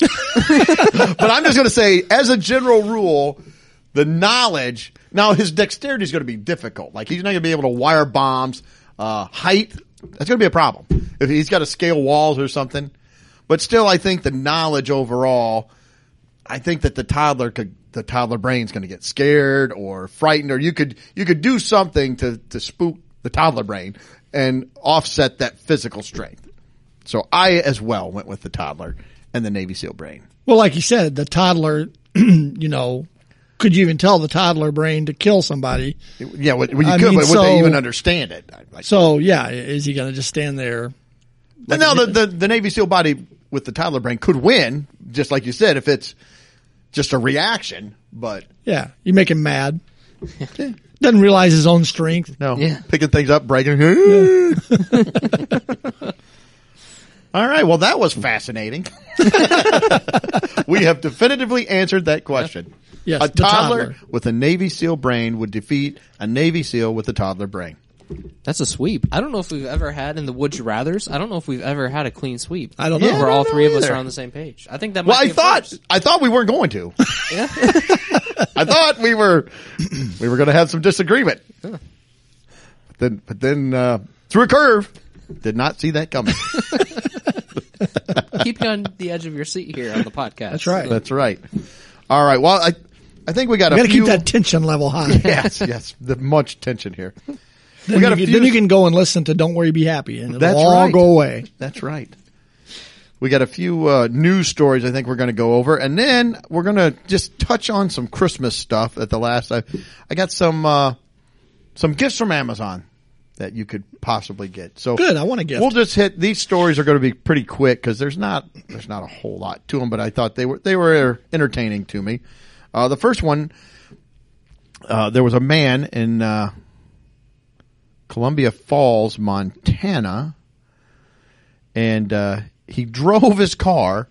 But I'm just going to say, as a general rule, the knowledge. Now his dexterity is going to be difficult. Like he's not going to be able to wire bombs. Uh, height. That's going to be a problem if he's got to scale walls or something. But still, I think the knowledge overall. I think that the toddler could. The toddler brain's going to get scared or frightened, or you could you could do something to to spook the toddler brain and offset that physical strength. So I as well went with the toddler and the Navy SEAL brain.
well, like you said, the toddler, you know, could you even tell the toddler brain to kill somebody?
Yeah, well, well, you
I
could,
mean,
but would they
so-
even understand it? Like,
So yeah, is he going to just stand there?
and now the, the the Navy SEAL body with the toddler brain could win, just like you said, if it's just a reaction. But
Yeah, you make him mad. Doesn't realize his own strength.
no,
Yeah.
picking things up, breaking. All right, well, that was fascinating. we have definitively answered that question.
Yes,
a
the toddler.
toddler with a Navy SEAL brain would defeat a Navy SEAL with a toddler brain.
That's a sweep. I don't know if we've ever had in the Would You Rather's. I don't know if we've ever had a clean sweep.
I don't know. Yeah,
Where
I
all
don't
three
know
of us
either.
are on the same page. I think that. Might
Well, I
be a
thought
first.
I thought we weren't going to.
Yeah.
I thought we were we were going to have some disagreement. But then, but then uh, through a curve, did not see that coming.
Keep you on the edge of your seat here on the podcast.
That's right.
That's right. All right. Well, I I think we got
You
a
got to
few.
keep that tension level high.
yes, yes. The much tension here.
Then,
we got
you,
a
can-
few.
then you can go and listen to "Don't Worry, Be Happy," and it'll
That's
all
right.
go away.
That's right. We got a few uh, news stories I think we're going to go over, and then we're going to just touch on some Christmas stuff. At the last, I I got some uh, some gifts from Amazon that you could possibly get. So
Good, I want a gift.
We'll just hit these stories are going to be pretty quick because there's not there's not a whole lot to them, but I thought they were they were entertaining to me. Uh, the first one, uh, there was a man in uh, Columbia Falls, Montana and uh, he drove his car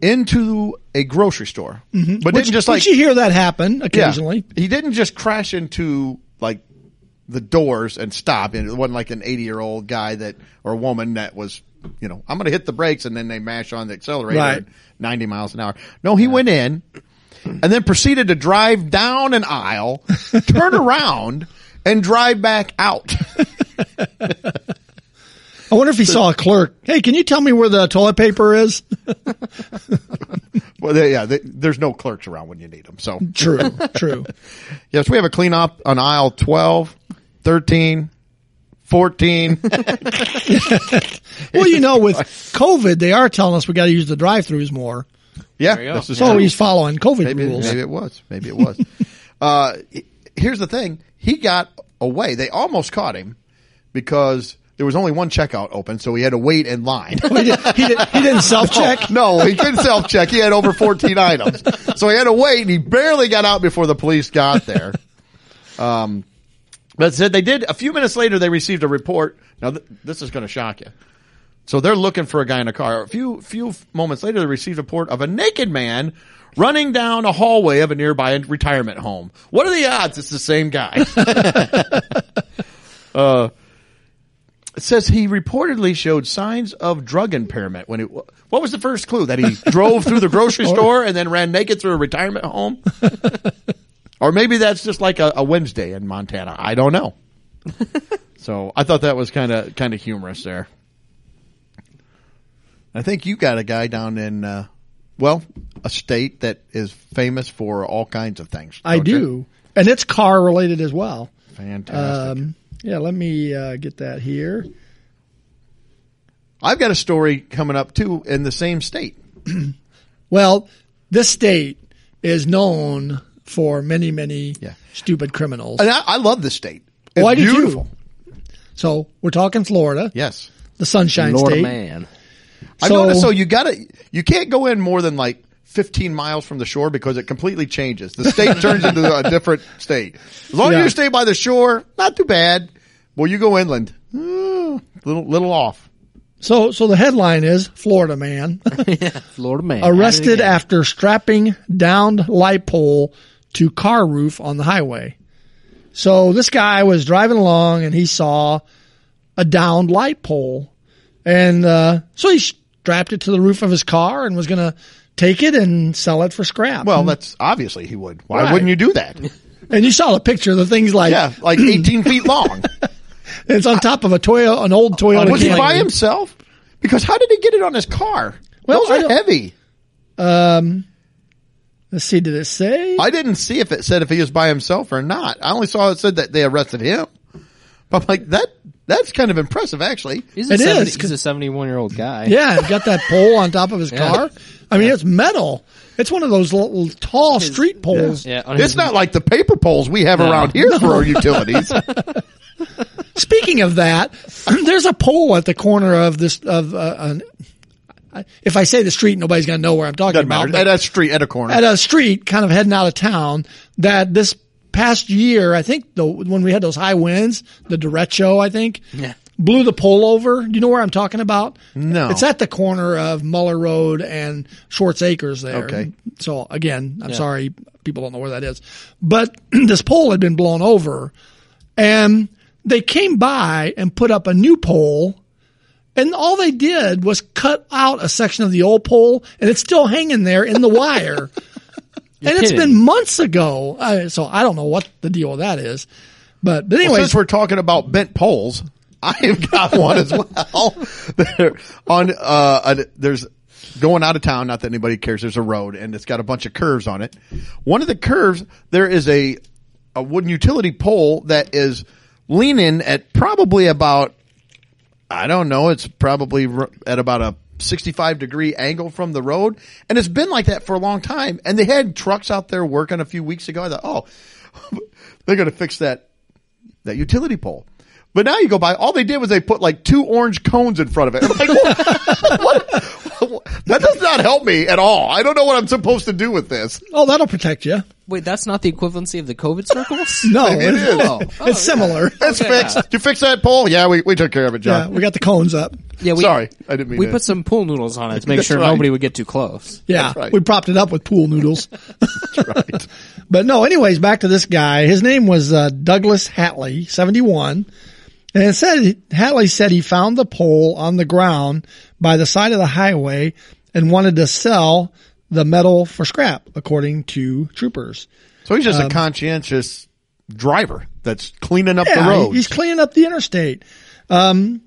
into a grocery store, mm-hmm. but
Which,
didn't just
which
like
you hear that happen
yeah.
occasionally.
he didn't just crash into like the doors and stop. And it wasn't like an eighty year old guy that or woman that was you know I'm going to hit the brakes and then they mash on the accelerator
Right.
at ninety miles an hour. No, he went in and then proceeded to drive down an aisle, turn around, and drive back out.
I wonder if he saw a clerk. Hey, can you tell me where the toilet paper is?
well, they, yeah, they, there's no clerks around when you need them, so.
True, true.
Yes, we have a clean up on aisle 12, 13, 14.
Well, you know, with COVID, they are telling us we got to use the drive-throughs more.
yeah,
There you go.
this is
So
true.
he's following COVID
maybe,
rules.
maybe it was. Maybe it was. uh, here's the thing. He got away. They almost caught him because there was only one checkout open, so he had to wait in line.
He, did, he, did, he didn't self check.
No, he couldn't self check. He had over 14 items. So he had to wait and he barely got out before the police got there. Um, but said they did a few minutes later, they received a report. Now th- this is going to shock you. So they're looking for a guy in a car. A few, few moments later, they received a report of a naked man running down a hallway of a nearby retirement home. What are the odds it's the same guy? It says he reportedly showed signs of drug impairment when it. What was the first clue that he drove through the grocery store and then ran naked through a retirement home? or maybe that's just like a, a Wednesday in Montana. I don't know. so I thought that was kind of kind of humorous there. I think you got a guy down in, uh, well, a state that is famous for all kinds of things.
I
don't you?
do, and it's car related as well.
Fantastic.
Um, yeah, let me uh, get that here.
I've got a story coming up too in the same state.
Well, this state is known for many, many
Yeah.
stupid criminals.
And I, I love this state. It's
Why did you?
beautiful.
So we're talking Florida,
Yes.
the Sunshine
Lord
State.
man.
I
So-
noticed. So you gotta, you can't go in more than like 15 miles from the shore because it completely changes. The state turns into a different state. As long as
Yeah.
you stay by the shore, not too bad. Well, you go inland, Hmm, little, little off.
So, so the headline is Florida man
Florida man. At it
arrested
again.
after strapping downed light pole to car roof on the highway. So this guy was driving along and he saw a downed light pole, and uh, so he strapped it to the roof of his car and was going to take it and sell it for scrap.
Well, that's obviously he would. Why
Right.
wouldn't you do that?
and you saw the picture. The thing's like
Yeah, like 18 feet long.
it's on top of a Toyota, an old Toyota.
Was he
Camry.
by himself? Because how did he get it on his car?
Well,
Those
I
are
don't-
heavy.
Let's see. Did it say?
I didn't see if it said if he was by himself or not. I only saw it said that they arrested him. But I'm like that, that's kind of impressive actually.
He's a
It
70
is,
He's a 71 year old guy.
Yeah, he's got that pole on top of his
Yeah.
car. I mean, it's metal. It's one of those little tall street poles.
Yeah. on
It's
his-
not like the paper poles we have
No.
around here for our utilities.
Speaking of that, there's a pole at the corner of this of uh, an. I- If I say the street, nobody's gonna know where I'm talking
Doesn't
about.
matter.
but
At a street, at a corner.
At a street, kind of heading out of town. That this past year, I think the when we had those high winds, the derecho, I think,
Yeah.
blew the pole over. Do you know where I'm talking about?
No.
It's at the corner of Muller Road and Schwartz Acres there.
Okay.
So again, I'm sorry, people don't know where that is. But this pole had been blown over and they came by and put up a new pole and all they did was cut out a section of the old pole and it's still hanging there in the wire. and it's
kidding.
been months ago. I, so I don't know what the deal with that is. But, but anyway,
Since we're talking about bent poles, I have got one as well. There- on uh, a, there's going out of town. Not that anybody cares. There's a road and it's got a bunch of curves on it. One of the curves there is a a wooden utility pole that is leaning at probably about I don't know. It's probably r- at about a 65 degree angle from the road. And it's been like that for a long time. And they had trucks out there working a few weeks ago. I thought, oh, they're going to fix that, that utility pole. But now you go by, all they did was they put like two orange cones in front of it. I'm like, what? what? That does not help me at all. I don't know what I'm supposed to do with this.
oh, that'll protect you.
Wait, that's not the equivalency of the COVID circles?
No,
Maybe it
it's,
is. Oh,
it's similar.
It's
Okay,
fixed.
yeah.
You fix that pole? Yeah, we, we took care of it,
Yeah,
John.
we got the cones up.
Yeah, we,
Sorry, I didn't mean
We
to.
put some pool noodles on it to make
That's
sure
right.
nobody would get too close.
Yeah,
That's right.
we propped it up with pool noodles.
right.
but no, anyways, back to this guy. His name was uh, Douglas Hatley, 71. And it said, Hatley said he found the pole on the ground by the side of the highway and wanted to sell the metal for scrap, according to troopers.
So he's just a conscientious driver that's cleaning up
Yeah,
the
he-
road.
He's cleaning up the interstate. Um,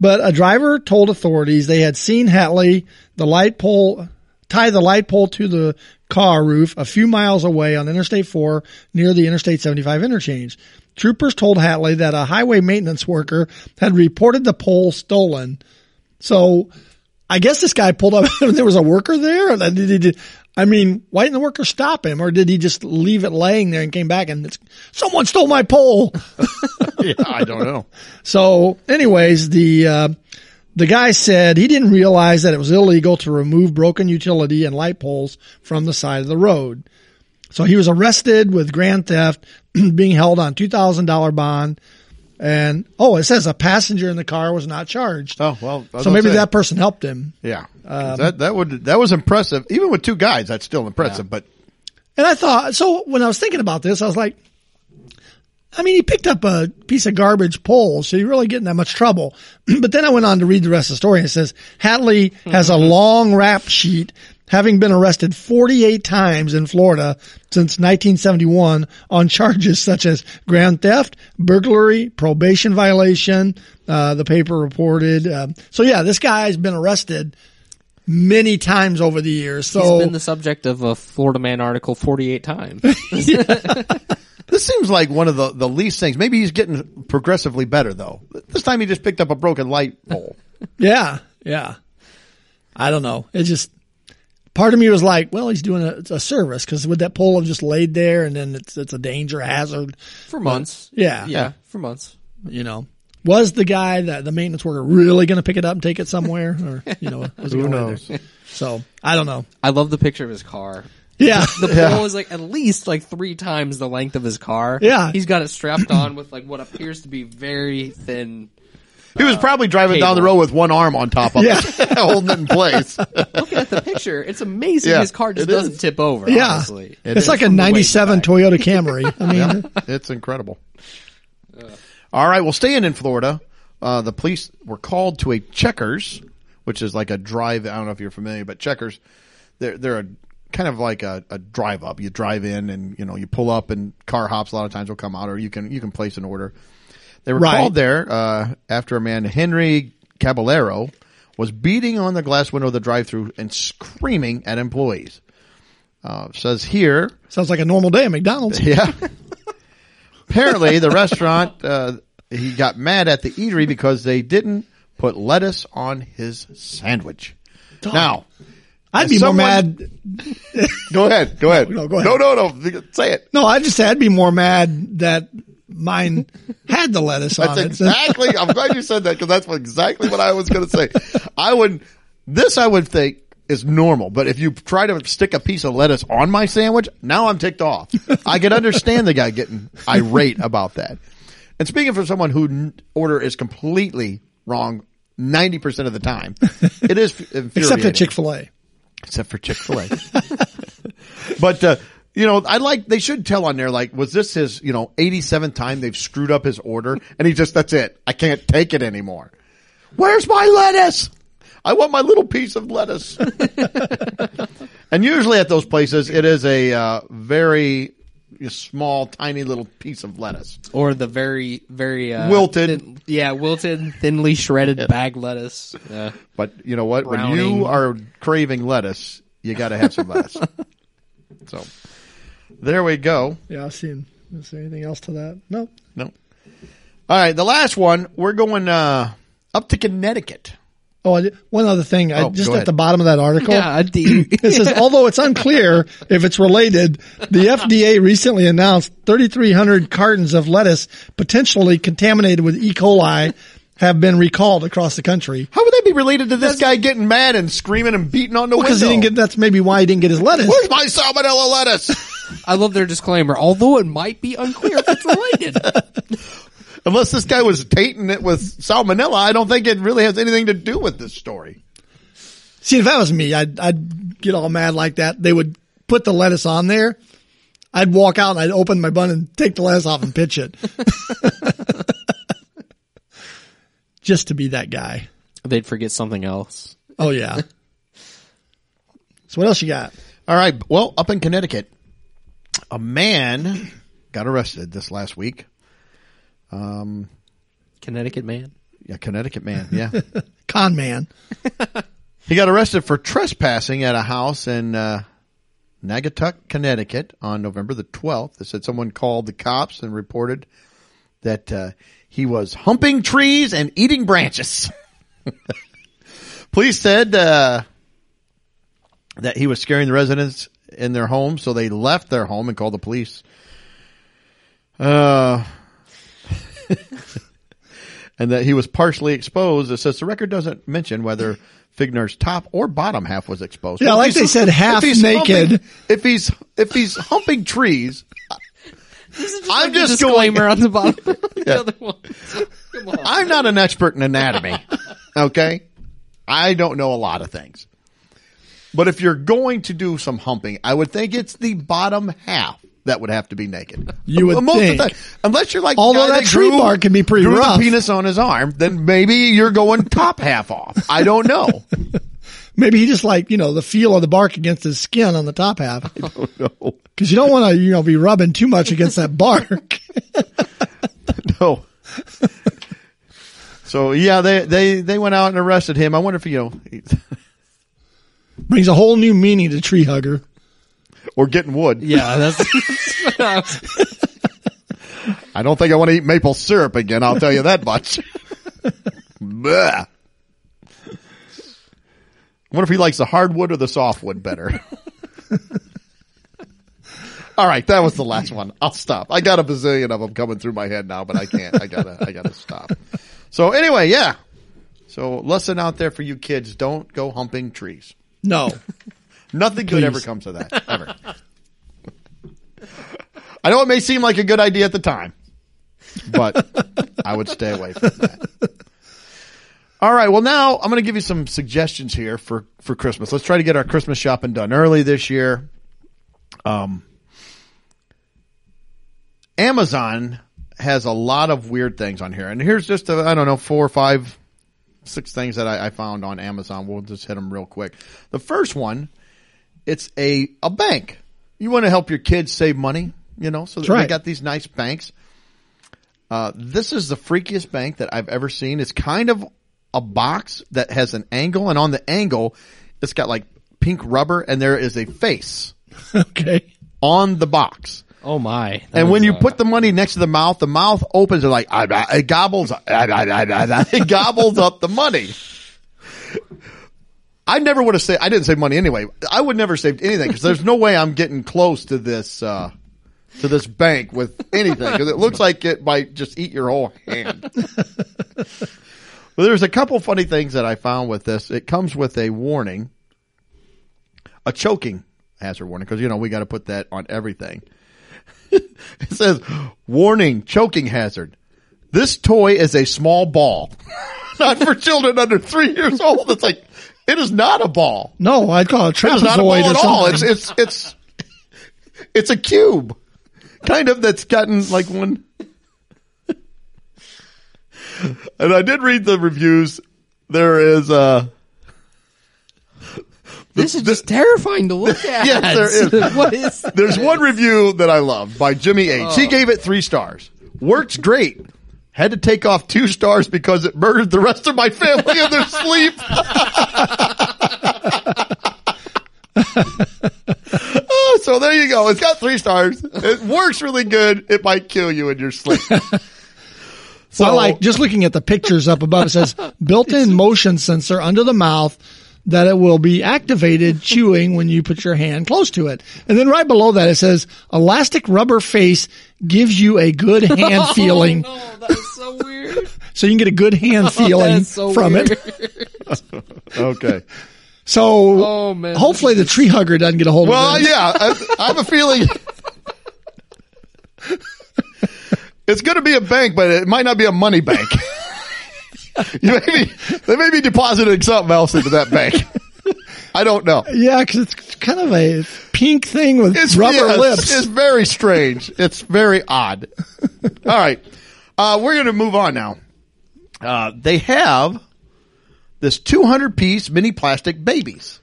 but a driver told authorities they had seen Hatley the light pole tie the light pole to the car roof a few miles away on Interstate 4 near the Interstate 75 interchange. Troopers told Hatley that a highway maintenance worker had reported the pole stolen. So I guess this guy pulled up and there was a worker there. And did he do- I mean, why didn't the worker stop him, or did he just leave it laying there and came back and it's, someone stole my pole?
yeah, I don't know.
So, anyways, the uh, the guy said he didn't realize that it was illegal to remove broken utility and light poles from the side of the road. So he was arrested with grand theft, being held on two thousand dollar bond, and oh, it says a passenger in the car was not charged.
Oh well. I was
so
gonna
maybe
say,
that person helped him.
Yeah, that that would that was impressive. Even with two guys, that's still impressive. But
And I thought, so when I was thinking about this, I was like, I mean, he picked up a piece of garbage pole, so you really get in that much trouble. but then I went on to read the rest of the story and it says, Hatley has
Mm-hmm.
a long rap sheet, having been arrested 48 times in Florida since 1971 on charges such as grand theft, burglary, probation violation, uh, the paper reported. Um, so yeah, this guy's been arrested many times over the years. So
He's
Oh.
been the subject of a Florida Man article 48 times.
This seems like one of the, the least things. Maybe he's getting progressively better though. This time he just picked up a broken light pole.
Yeah, yeah. I don't know. It just part of me was like, well, he's doing a, a service because would that pole have just laid there and then it's it's a danger hazard?
for months.
Yeah,
Yeah, for months.
You know, was the guy that the maintenance worker really going to pick it up and take it somewhere, or you know, was it
Who
gonna lay
knows?
there? So I don't know.
I love the picture of his car.
Yeah,
The pole is like at least like three times the length of his car.
Yeah.
He's got it strapped on with like what appears to be very thin.
He was probably driving down the
cable.
road with one arm on top of
Yeah.
it, holding it in place.
Looking at the picture, it's amazing
Yeah,
his car just
it is.
doesn't tip over.
yeah.
honestly.
It
it's
is.
like a
From the waist
'97
back.
Toyota Camry. I mean,
Yeah, it's incredible. All right, well, staying in Florida, uh, the police were called to a Checkers, which is like a drive. I don't know if you're familiar, but Checkers, they're they're a kind of like a, a drive up. You drive in and you know you pull up, and car hops a lot of times will come out, or you can you can place an order. They were
Right.
called there uh, after a man Henry Caballero was beating on the glass window of the drive-through and screaming at employees. Uh, says here
sounds like a normal day at McDonald's.
yeah. Apparently, the restaurant uh, he got mad at the eatery because they didn't put lettuce on his sandwich. Now,
I'd
If
be
someone-
more mad.
go ahead, go ahead.
No, go ahead.
No, no, no. Say it.
No, I just say I'd be more mad that mine had the lettuce on
That's
it.
exactly. I'm glad you said that because that's what, exactly what I was going to say. I would. This I would think is normal, but if you try to stick a piece of lettuce on my sandwich, now I'm ticked off. I can understand the guy getting irate about that. And speaking for someone who n- order is completely wrong ninety percent of the time, it is f-
Except
infuriating
at Chick Fil A.
except for Chick Fil A. but uh, you know, I like they should tell on there like, was this his you know 87th time they've screwed up his order, and he just that's it. I can't take it anymore. Where's my lettuce? I want my little piece of lettuce. and usually at those places, it is a uh, very small, tiny little piece of lettuce.
Or the very, very uh,
Wilted.
thin- yeah, wilted, thinly shredded bag lettuce. Yeah.
But you know what? When
Browning.
you are craving lettuce, you got to have some lettuce. so there we go.
Yeah, I've seen. Is there anything else to that? No.
No. All right, the last one. We're going uh, up to Connecticut.
Oh, I did- one other thing. I,
Oh,
just
go
at
ahead.
the bottom of that article,
Yeah, I think-
it says, although it's unclear if it's related, the FDA recently announced 3,300 cartons of lettuce potentially contaminated with E. coli have been recalled across the country.
How would that be related to this guy getting mad and screaming and beating on the
Because he
window?
didn't get, that's maybe why he didn't get his lettuce.
Where's my salmonella lettuce?
I love their disclaimer, although it might be unclear if it's related.
Unless this guy was tainting it with salmonella, I don't think it really has anything to do with this story.
See, if that was me, I'd, I'd get all mad like that. They would put the lettuce on there. I'd walk out and I'd open my bun and take the lettuce off and pitch it. Just to be that guy.
They'd forget something else.
Oh yeah. So what else you got?
All right. Well, up in Connecticut, a man got arrested this last week.
Connecticut man.
Yeah, Connecticut man. Yeah.
Con man.
He got arrested for trespassing at a house in uh, Naugatuck, Connecticut on November the 12th. They said someone called the cops and reported that uh, he was humping trees and eating branches. Police said uh, that he was scaring the residents in their home, so they left their home and called the police. Uh, and that he was partially exposed. It says the record doesn't mention whether Figner's top or bottom half was exposed.
Yeah,
If
like they
he's-
said,
if
half
he's
naked.
humping- if he's if he's humping trees, I'm just going.
disclaimer on the bottom. the
Yeah.
other one. Come on.
I'm not an expert in anatomy. Okay. I don't know a lot of things. But if you're going to do some humping, I would think it's the bottom half that would have to be naked.
You would
Most
think.
Of the time, unless you're like, the
Although
guy
that tree
grew-
bark can be pretty
grew the
rough.
penis on his arm, then maybe you're going top half off. I don't know.
Maybe he just like, you know, the feel of the bark against his skin on the top half.
no,
Cause you don't want to, you know, be rubbing too much against that bark.
no. So yeah, they, they, they went out and arrested him. I wonder if, you know,
Brings a whole new meaning to tree hugger.
or getting wood.
yeah, that's.
I don't think I want to eat maple syrup again. I'll tell you that much. Bleh. I wonder if he likes the hardwood or the softwood better. All right, that was the last one. I'll stop. I got a bazillion of them coming through my head now, but I can't. I gotta. I gotta stop. So anyway, yeah. So lesson out there for you kids: don't go humping trees.
No.
Nothing good
Please.
ever comes of that ever. I know it may seem like a good idea at the time, but I would stay away from that. All right. Well, now I'm going to give you some suggestions here for for Christmas. Let's try to get our Christmas shopping done early this year. Um, Amazon has a lot of weird things on here, and here's just uh, I I don't know four or five six things that I, I found on Amazon. We'll just hit them real quick. The first one, it's a a bank. You want to help your kids save money, you know, so they
right.
got these nice banks. Uh, this is the freakiest bank that I've ever seen. It's kind of a box that has an angle, and on the angle, it's got like pink rubber, and there is a face
okay.
on the box.
oh my! That
And when
is,
you
uh,
put the money next to the mouth, the mouth opens and like ah, ah, it gobbles, ah, ah, ah, ah, ah, it gobbles up the money. I never would have saved. I didn't save money anyway. I would never saved anything because there's no way I'm getting close to this uh, to this bank with anything because it looks like it might just eat your whole hand. Well, there's a couple funny things that I found with this. It comes with a warning, a choking hazard warning, because you know we got to put that on everything. it says, "Warning: Choking hazard. This toy is a small ball, not for children under three years old." It's like it is not a ball.
No, I'd call it a
It's not a
trapezoid
ball
or
at
something.
all. It's it's it's it's a cube, kind of that's gotten like one. And I did read the reviews. There is uh
this is just terrifying to look at.
Yes, there is.
what is?
there's one review that I love by Jimmy H. He gave it three stars. Works great. Had to take off two stars because it murdered the rest of my family in their sleep. Oh, so there you go. It's got three stars. It works really good. It might kill you in your sleep. So
I like just looking at the pictures up above. It says built-in motion sensor under the mouth that it will be activated chewing when you put your hand close to it. And then right below that it says elastic rubber face gives you a good hand feeling.
Oh, no, that is so weird.
So you can get a good hand feeling
That's so
from
weird.
it.
okay.
So
Oh, man.
hopefully the tree hugger doesn't get a hold
Well,
of it.
yeah, I, I have a feeling it's going to be a bank, but it might not be a money bank. you may be, they may be depositing something else into that bank. I don't know.
Yeah, cause it's kind of a pink thing with rubber
yes,
lips.
It's very strange. It's very odd. All right, uh, we're going to move on now. Uh, they have this 200 piece mini plastic babies.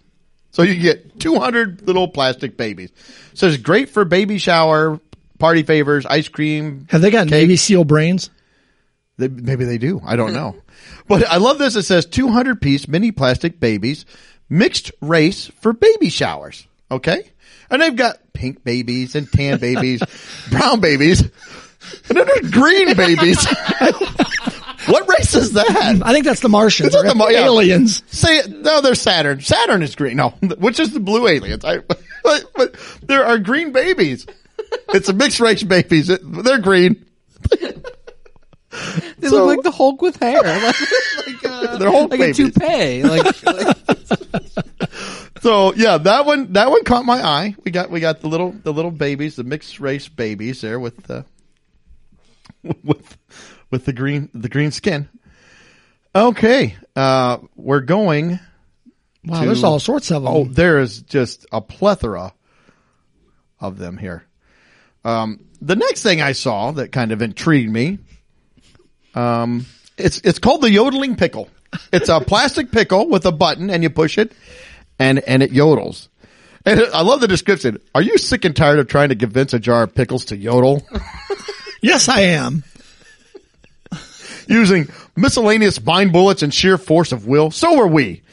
So you get 200 little plastic babies. So it's great for baby shower, party favors, ice cream.
Have they got Navy SEAL brains?
They, maybe they do. I don't know. but I love this. It says 200 piece mini plastic babies, mixed race for baby showers. Okay. And they've got pink babies and tan babies, brown babies, and then there's green babies. What race is that?
I think that's the Martians.
Is that the Mar- yeah.
aliens.
Say no, they're Saturn. Saturn is green. No, which is the blue aliens. I, but, but there are green babies. It's a mixed race babies. It- they're green.
They
So-
look like the Hulk with hair, like, like, uh,
They're Hulk
like a
babies.
toupee. Like, like-
So yeah, that one that one caught my eye. We got we got the little the little babies, the mixed race babies there with the with with the green the green skin. Okay, uh, we're going.
Wow,
to-
there's all sorts of them.
Oh, there is just a plethora of them here. Um, the next thing I saw that kind of intrigued me, um, it's it's called the yodeling pickle. It's a plastic pickle with a button, and you push it, and and it yodels. And I love the description. Are you sick and tired of trying to convince a jar of pickles to yodel
Yes, I am.
using miscellaneous mind bullets and sheer force of will? So are we.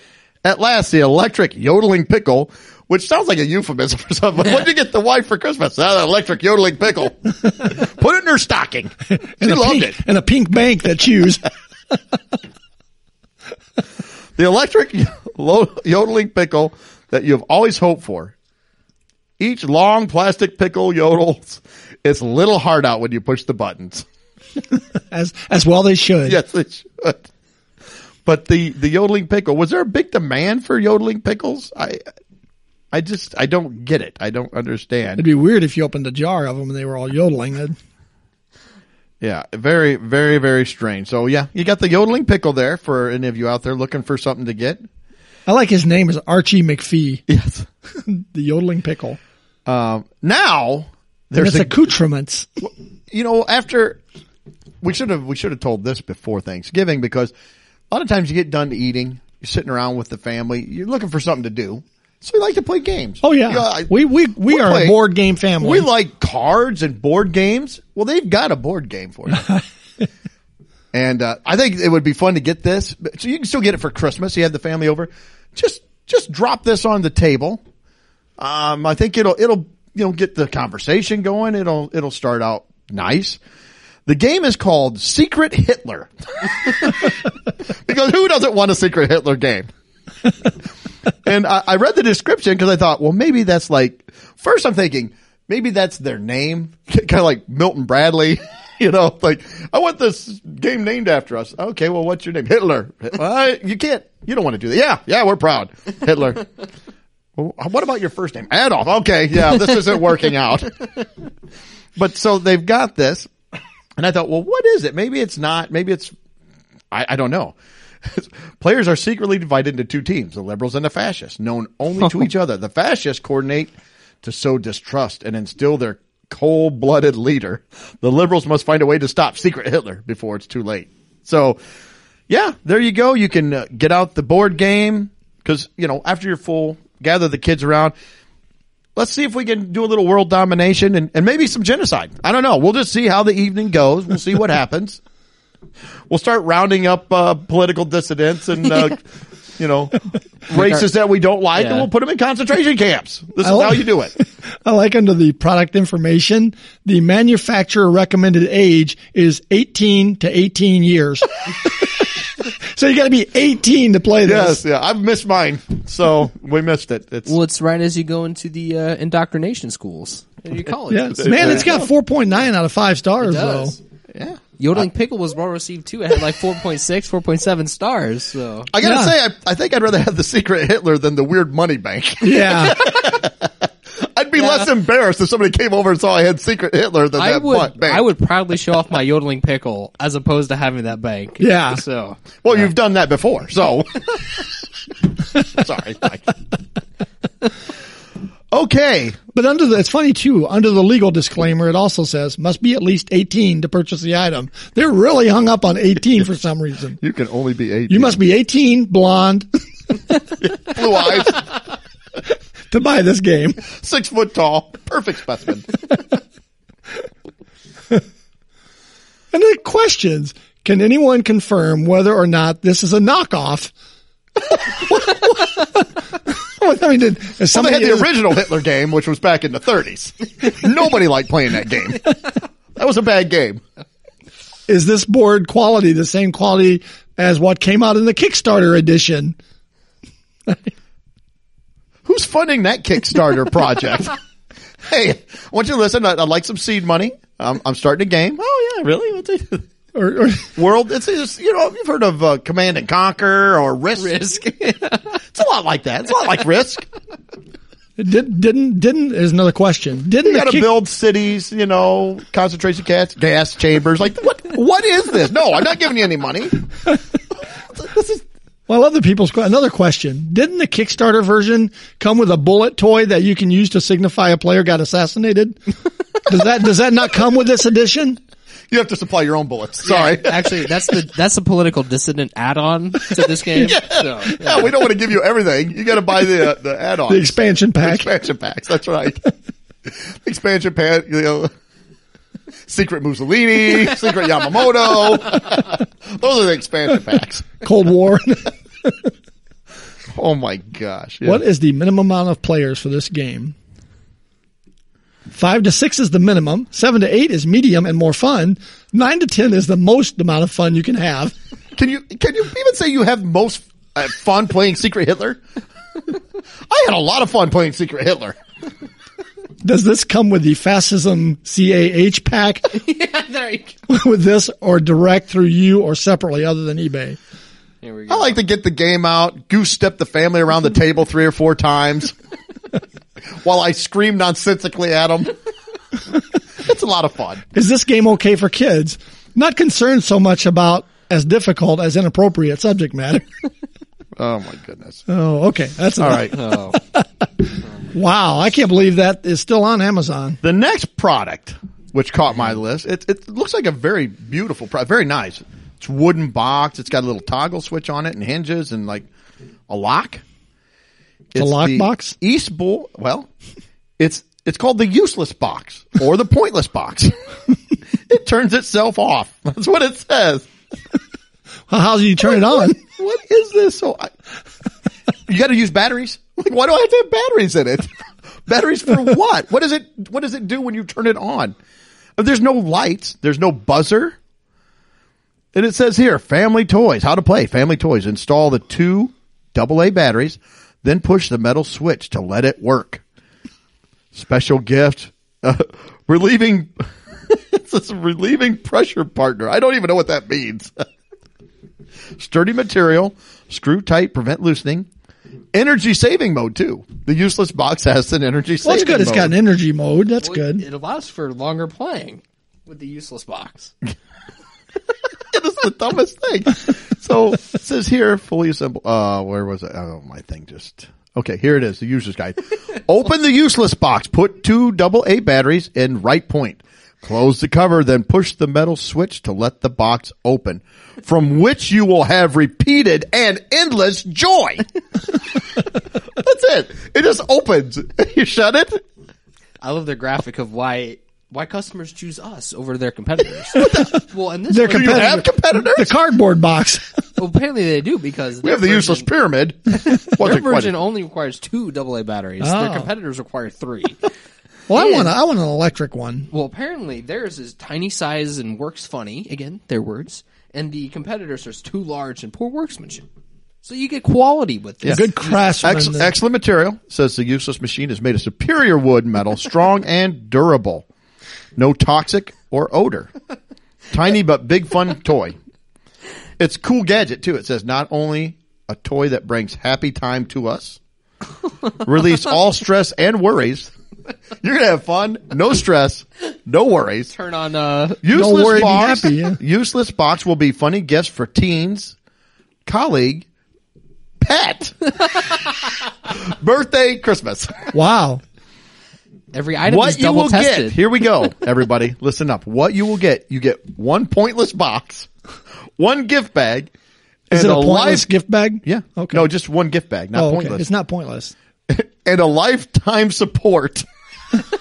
At last, the electric yodeling pickle, which sounds like a euphemism for something. What'd you get the wife for Christmas? Ah, the electric yodeling pickle. Put it in her stocking. She
And a
loved
pink,
it.
And a pink bank that used.
The electric lo- yodeling pickle that you have always hoped for. Each long plastic pickle yodels its little heart out when you push the buttons.
as as well they should.
Yes, it should. But the the yodeling pickle was there a big demand for yodeling pickles? I I just I don't get it. I don't
It'd
understand.
be weird if you opened a jar of them and they were all yodeling. That'd-
Yeah, very very very strange. So yeah, you got the yodeling pickle there for any of you out there looking for something to get.
I like his name is Archie McPhee,
Yes.
the yodeling pickle.
Um, now
And
there's
it's
a
accoutrements.
you know, after we should have we should have told this before Thanksgiving because a lot of times you get done eating, you're sitting around with the family, you're looking for something to do, so you like to play games.
Oh yeah,
You know, I-
we we we,
we
are
play-
a board game family.
we like cards and board games. Well, they've got a board game for you. and uh, I think it would be fun to get this. But, so you can still get it for Christmas. You have the family over. Just just drop this on the table. Um, I think it'll it'll you know get the conversation going. It'll it'll start out nice. The game is called Secret Hitler. because who doesn't want a Secret Hitler game? and I, I read the description because I thought, well, maybe that's like. First, I'm thinking maybe that's their name, kind of like Milton Bradley. You know, like I want this game named after us. Okay, well, what's your name? Hitler. Well, you can't. You don't want to do that. Yeah, yeah, we're proud. Hitler. Well, what about your first name? Adolf. Okay, yeah, this isn't working out. but so they've got this, and I thought, well, what is it? Maybe it's not. Maybe it's I, I don't know. Players are secretly divided into two teams, the liberals and the fascists, known only to each other. The fascists coordinate to sow distrust and instill their cold blooded leader. The liberals must find a way to stop secret Hitler before it's too late. So, yeah, there you go. You can uh, get out the board game because, you know, after you're full, gather the kids around. Let's see if we can do a little world domination and, and maybe some genocide. I don't know. We'll just see how the evening goes. We'll see what happens we'll start rounding up uh, political dissidents and uh, you know races that we don't like, and
Yeah.
we'll put them in concentration camps. This is
I-
how you do it.
I like under the product information, the manufacturer recommended age is 18 to 18 years. so you got to be 18 to play
Yes,
this.
yeah, I've missed mine, so we missed it. It's
well, it's right as you go into the uh, indoctrination schools and your colleges.
Yes. Man, it's got 4.9 out of 5 stars though.
does.
yeah.
Yodeling Pickle was well received too. It had like 4.6, 4.7 stars. So
I gotta
Yeah.
say, I, I think I'd rather have the secret Hitler than the weird money bank.
Yeah.
I'd be less embarrassed if somebody came over and saw I had secret Hitler than
I
that
would
butt bank.
I would proudly show off my yodeling pickle as opposed to having that bank.
Yeah.
So
Well, you've done that before, so. Sorry. Mike. okay.
But under the, it's funny too, under the legal disclaimer, it also says must be at least 18 to purchase the item. They're really hung up on 18 for some reason.
You can only be 18.
You must be 18, blonde,
blue eyes.
to buy this game.
six foot tall, perfect specimen.
And the questions, can anyone confirm whether or not this is a knockoff? What- I mean, did, is
Well, they
somebody
had the
is-
original Hitler game, which was back in the 30s. Nobody liked playing that game. That was a bad game.
is this board quality the same quality as what came out in the Kickstarter edition?
Who's funding that Kickstarter project? hey, I want you to listen. I'd, I'd like some seed money. I'm, I'm starting a game. Oh yeah, really? What's it-
Or, or
World, it's just, you know, you've heard of uh, Command and Conquer or Risk.
Risk.
It's a lot like that. It's a lot like Risk.
did, didn't didn't is another question. Didn't
You got to
the kick,
build cities, you know, concentration camps, gas chambers. Like what? What is this? No, I'm not giving you any money. This is
well other people's que- another question. Didn't the Kickstarter version come with a bullet toy that you can use to signify a player got assassinated? does that does that not come with this edition?
you have to supply your own bullets. Sorry. Yeah.
Actually, that's the that's the political dissident add-on to this game. So, yeah.
we don't want to give you everything. You got to buy the uh, the add-ons,
The expansion pack.
expansion packs. That's right. expansion pack. You know, secret Mussolini, secret Yamamoto. Those are the expansion packs.
Cold War.
Oh my gosh! Yeah.
What is the minimum amount of players for this game? Five to six is the minimum. Seven to eight is medium and more fun. Nine to ten is the most amount of fun you can have.
Can you can you even say you have most uh, fun playing Secret Hitler? I had a lot of fun playing Secret Hitler.
Does this come with the Fascism CAH pack
there you go.
with this or direct through you or separately other than eBay?
Here we go.
I like to get the game out, goose step the family around the table three or four times while I scream nonsensically at them. It's a lot of fun.
Is this game okay for kids? Not concerned so much about as difficult as inappropriate subject matter.
Oh my goodness!
Oh, okay. That's
All right,
Oh,
Wow. I can't believe that is still on Amazon.
the next product which caught my list. It it looks like a very beautiful product, very nice. It's wooden box. It's got a little toggle switch on it and hinges and like a lock. It's
lock
the
box?
East Bull. Well, it's it's called the useless box or the pointless box. it turns itself off. That's what it says.
How do you turn it on?
What, what is this? So I, you got to use batteries. Like, why do I have to have batteries in it? batteries for what? What does it? What does it do when you turn it on? There's no lights. There's no buzzer. And it says here, family toys. How to play family toys. Install the two AA batteries, then push the metal switch to let it work. Special gift, uh, relieving. it says relieving pressure partner. I don't even know what that means sturdy material, screw tight, prevent loosening. Energy saving mode too. The useless box has an energy saving.
Well, it's good. It's
mode.
got an energy mode. That's
Well,
good.
It allows for longer playing with the useless box.
It is the dumbest thing. So it says here, fully assembled. Uh, where was it? Oh, my thing just. Okay, here it is. The user's guide. Open the useless box. Put two double A batteries in right point. Close the cover, then push the metal switch to let the box open, from which you will have repeated and endless joy. That's it. It just opens. You shut it.
I love their graphic of why why customers choose us over their competitors. well, and this
Their
one-
Do you
Competitor.
have competitors?
The cardboard box.
well, apparently they do because
we have the useless pyramid. Wasn't
Their
quite
version
a-
only requires two AA batteries.
Oh.
Their competitors require three.
Well, I
Yeah.
want a, I want an electric one.
well, apparently theirs is tiny size and works funny. Again, their words. And the competitors are too large and poor workmanship. So you get quality with this.
Good craftsman.
Ex- excellent material. Says the useless machine is made of superior wood metal, strong and durable. No toxic or odor. Tiny but big fun toy. It's cool gadget too. It says not only a toy that brings happy time to us, release all stress and worries. You're gonna have fun, no stress, no worries.
Turn on uh,
Useless
worry, be
box.
happy, yeah.
Useless box will be funny gifts for teens, colleague, pet, birthday, Christmas.
wow.
every item is
What you
double
will
tested.
get. Here we go, everybody. Listen up. What you will get. You get one pointless box, one gift bag,
Is
and
it a pointless
life-
gift bag?
Yeah.
Okay.
No, just one gift bag, not
oh, okay.
pointless.
It's not pointless.
and a lifetime support.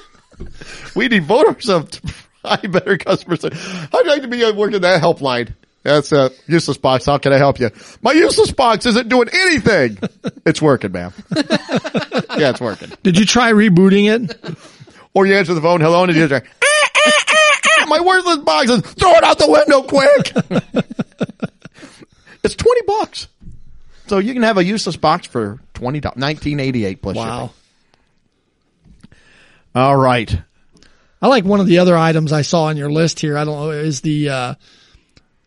we devote ourselves to provide better customer service. I'd like to be working that helpline. That's a useless box. How can I help you? My useless box isn't doing anything. It's working, ma'am. yeah, it's working.
Did you try rebooting it?
Or you answer the phone, hello, and you just like, "Ah, ah, ah, ah." my worthless boxes. Throw it out the window quick. it's 20 bucks. So you can have a useless box for $20, 1988 plus
Wow.
shipping. All right.
I like one of the other items I saw on your list here. I don't know is the uh,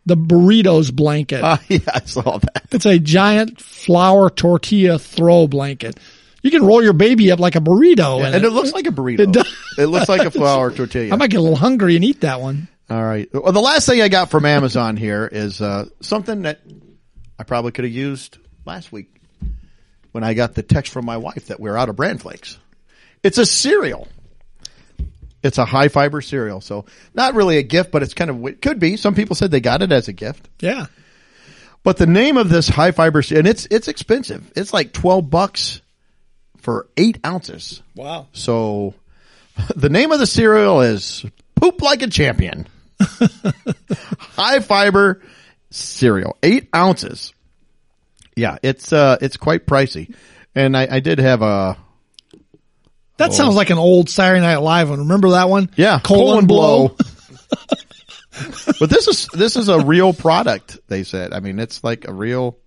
the burritos blanket.
Uh, yeah, I saw that.
it's a giant flour tortilla throw blanket. You can roll your baby up like a burrito. in
And
it.
it looks like a burrito.
It does.
It looks like a flour tortilla.
I might get a little hungry and eat that one.
All right. Well, the last thing I got from Amazon here is uh, something that I probably could have used last week when I got the text from my wife that we're out of bran flakes. It's a cereal. It's a high fiber cereal, so not really a gift, but it's kind of it could be. Some people said they got it as a gift,
Yeah.
but the name of this high fiber ce- and it's it's expensive. It's like twelve bucks for eight ounces.
Wow.
So the name of the cereal is Poop Like a Champion. High fiber cereal, eight ounces. Yeah, it's uh, it's quite pricey, and I, I did have a
That sounds like an old Saturday Night Live one. Remember that one?
Oh. yeah
Colon, blow.
but this is this is a real product. They said. I mean, it's like a real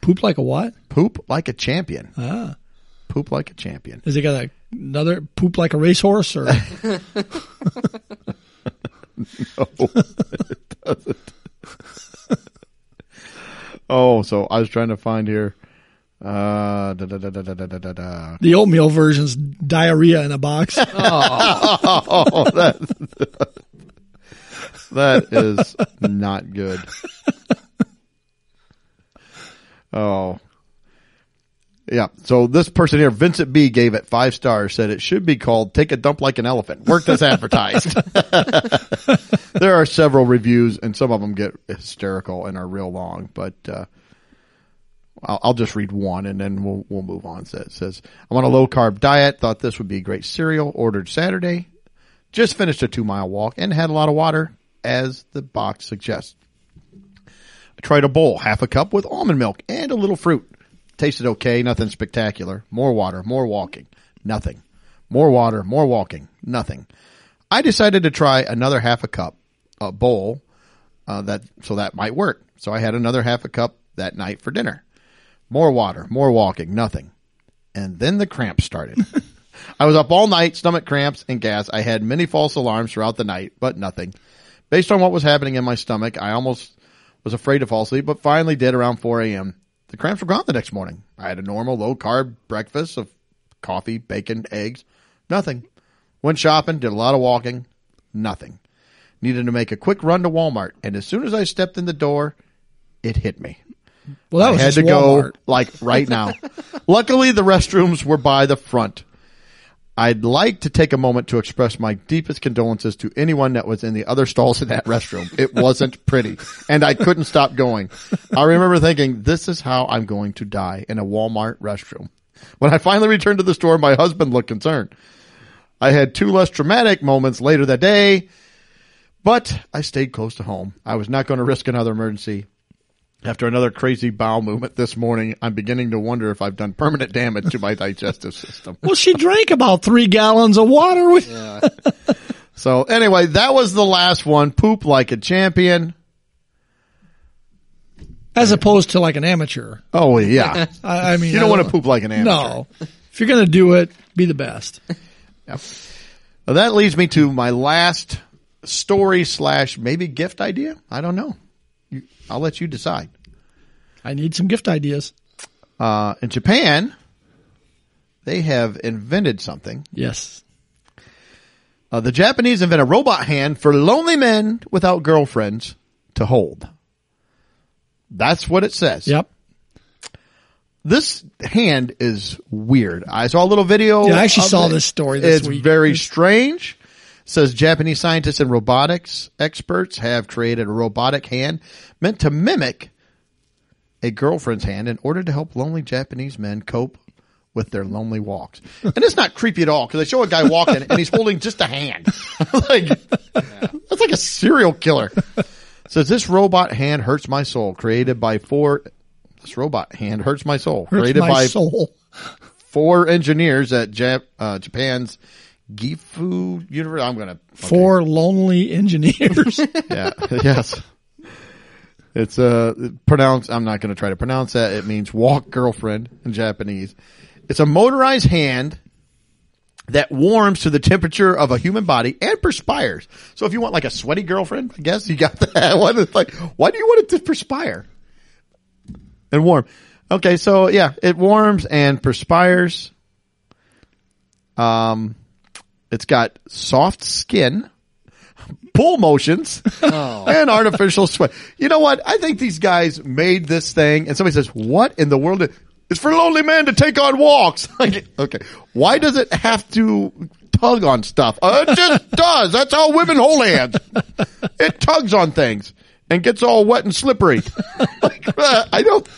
Poop like a what?
poop like a champion. Ah. Poop like a champion.
Is it got a, another poop like a racehorse or?
Oh, so I was trying to find here. Uh, da, da, da, da, da, da, da, da.
The oatmeal version's diarrhea in a box.
Oh, that that is not good. Oh, yeah. So this person here, Vincent B, gave it five stars. Said it should be called "Take a Dump Like an Elephant." Worked as advertised. there are several reviews, and some of them get hysterical and are real long, but. Uh, I'll, I'll just read one and then we'll we'll move on. So it says, "I'm on a low carb diet. Thought this would be a great cereal. Ordered Saturday. Just finished a two mile walk and had a lot of water, as the box suggests. I tried a bowl, half a cup with almond milk and a little fruit. Tasted okay, nothing spectacular. More water, more walking, nothing. More water, more walking, nothing. I decided to try another half a cup, a bowl, uh, that so that might work. So I had another half a cup that night for dinner. More water, more walking, nothing. And then the cramps started. I was up all night, stomach cramps and gas. I had many false alarms throughout the night, but nothing. Based on what was happening in my stomach, I almost was afraid to fall asleep, but finally did around 4 a.m. The cramps were gone the next morning. I had a normal low carb breakfast of coffee, bacon, eggs, nothing. Went shopping, did a lot of walking, nothing. Needed to make a quick run to Walmart, and as soon as I stepped in the door, it hit me.
Well, that was
I had
just
to
Walmart.
go like right now. Luckily, the restrooms were by the front. I'd like to take a moment to express my deepest condolences to anyone that was in the other stalls in that restroom. It wasn't pretty, and I couldn't stop going. I remember thinking, "This is how I'm going to die in a Walmart restroom." When I finally returned to the store, my husband looked concerned. I had two less traumatic moments later that day, but I stayed close to home. I was not going to risk another emergency. After another crazy bowel movement this morning, I'm beginning to wonder if I've done permanent damage to my digestive system.
Well, she drank about three gallons of water. With,
So anyway, that was the last one. Poop like a champion.
As opposed to like an amateur.
Oh yeah.
I, I mean,
You
I
don't want to poop like an amateur.
No. If you're going to do it, be the best.
Yep. Well, that leads me to my last story slash maybe gift idea. I don't know. You, I'll let you decide.
I need some gift ideas.
Uh, in Japan, they have invented something.
Yes.
Uh, the Japanese invent a robot hand for lonely men without girlfriends to hold. That's what it says.
Yep.
This hand is weird. I saw a little video.
Yeah, I actually
of
saw
it.
this story this
it's
week.
very strange. Says Japanese scientists and robotics experts have created a robotic hand meant to mimic a girlfriend's hand in order to help lonely Japanese men cope with their lonely walks. And it's not creepy at all because they show a guy walking and he's holding just a hand. like that's like a serial killer. Says this robot hand hurts my soul. Created by four. This robot hand hurts my soul.
Hurts
created
my
by
soul.
four engineers at Jap- uh, Japan's Gifu University. I'm gonna okay.
Four lonely engineers.
Yeah. yes. It's uh pronounced. I'm not gonna try to pronounce that. It means walk girlfriend in Japanese. It's a motorized hand that warms to the temperature of a human body and perspires. So if you want like a sweaty girlfriend, I guess you got that one. It's like, why do you want it to perspire and warm? Okay, so yeah, it warms and perspires. Um, it's got soft skin, pull motions, and artificial sweat. You know what? I think these guys made this thing, and somebody says, "What in the world?" Is- it's for lonely men to take on walks. Like, okay, why does it have to tug on stuff? Uh, it just does. That's how women hold hands. It tugs on things and gets all wet and slippery. like, uh, I don't.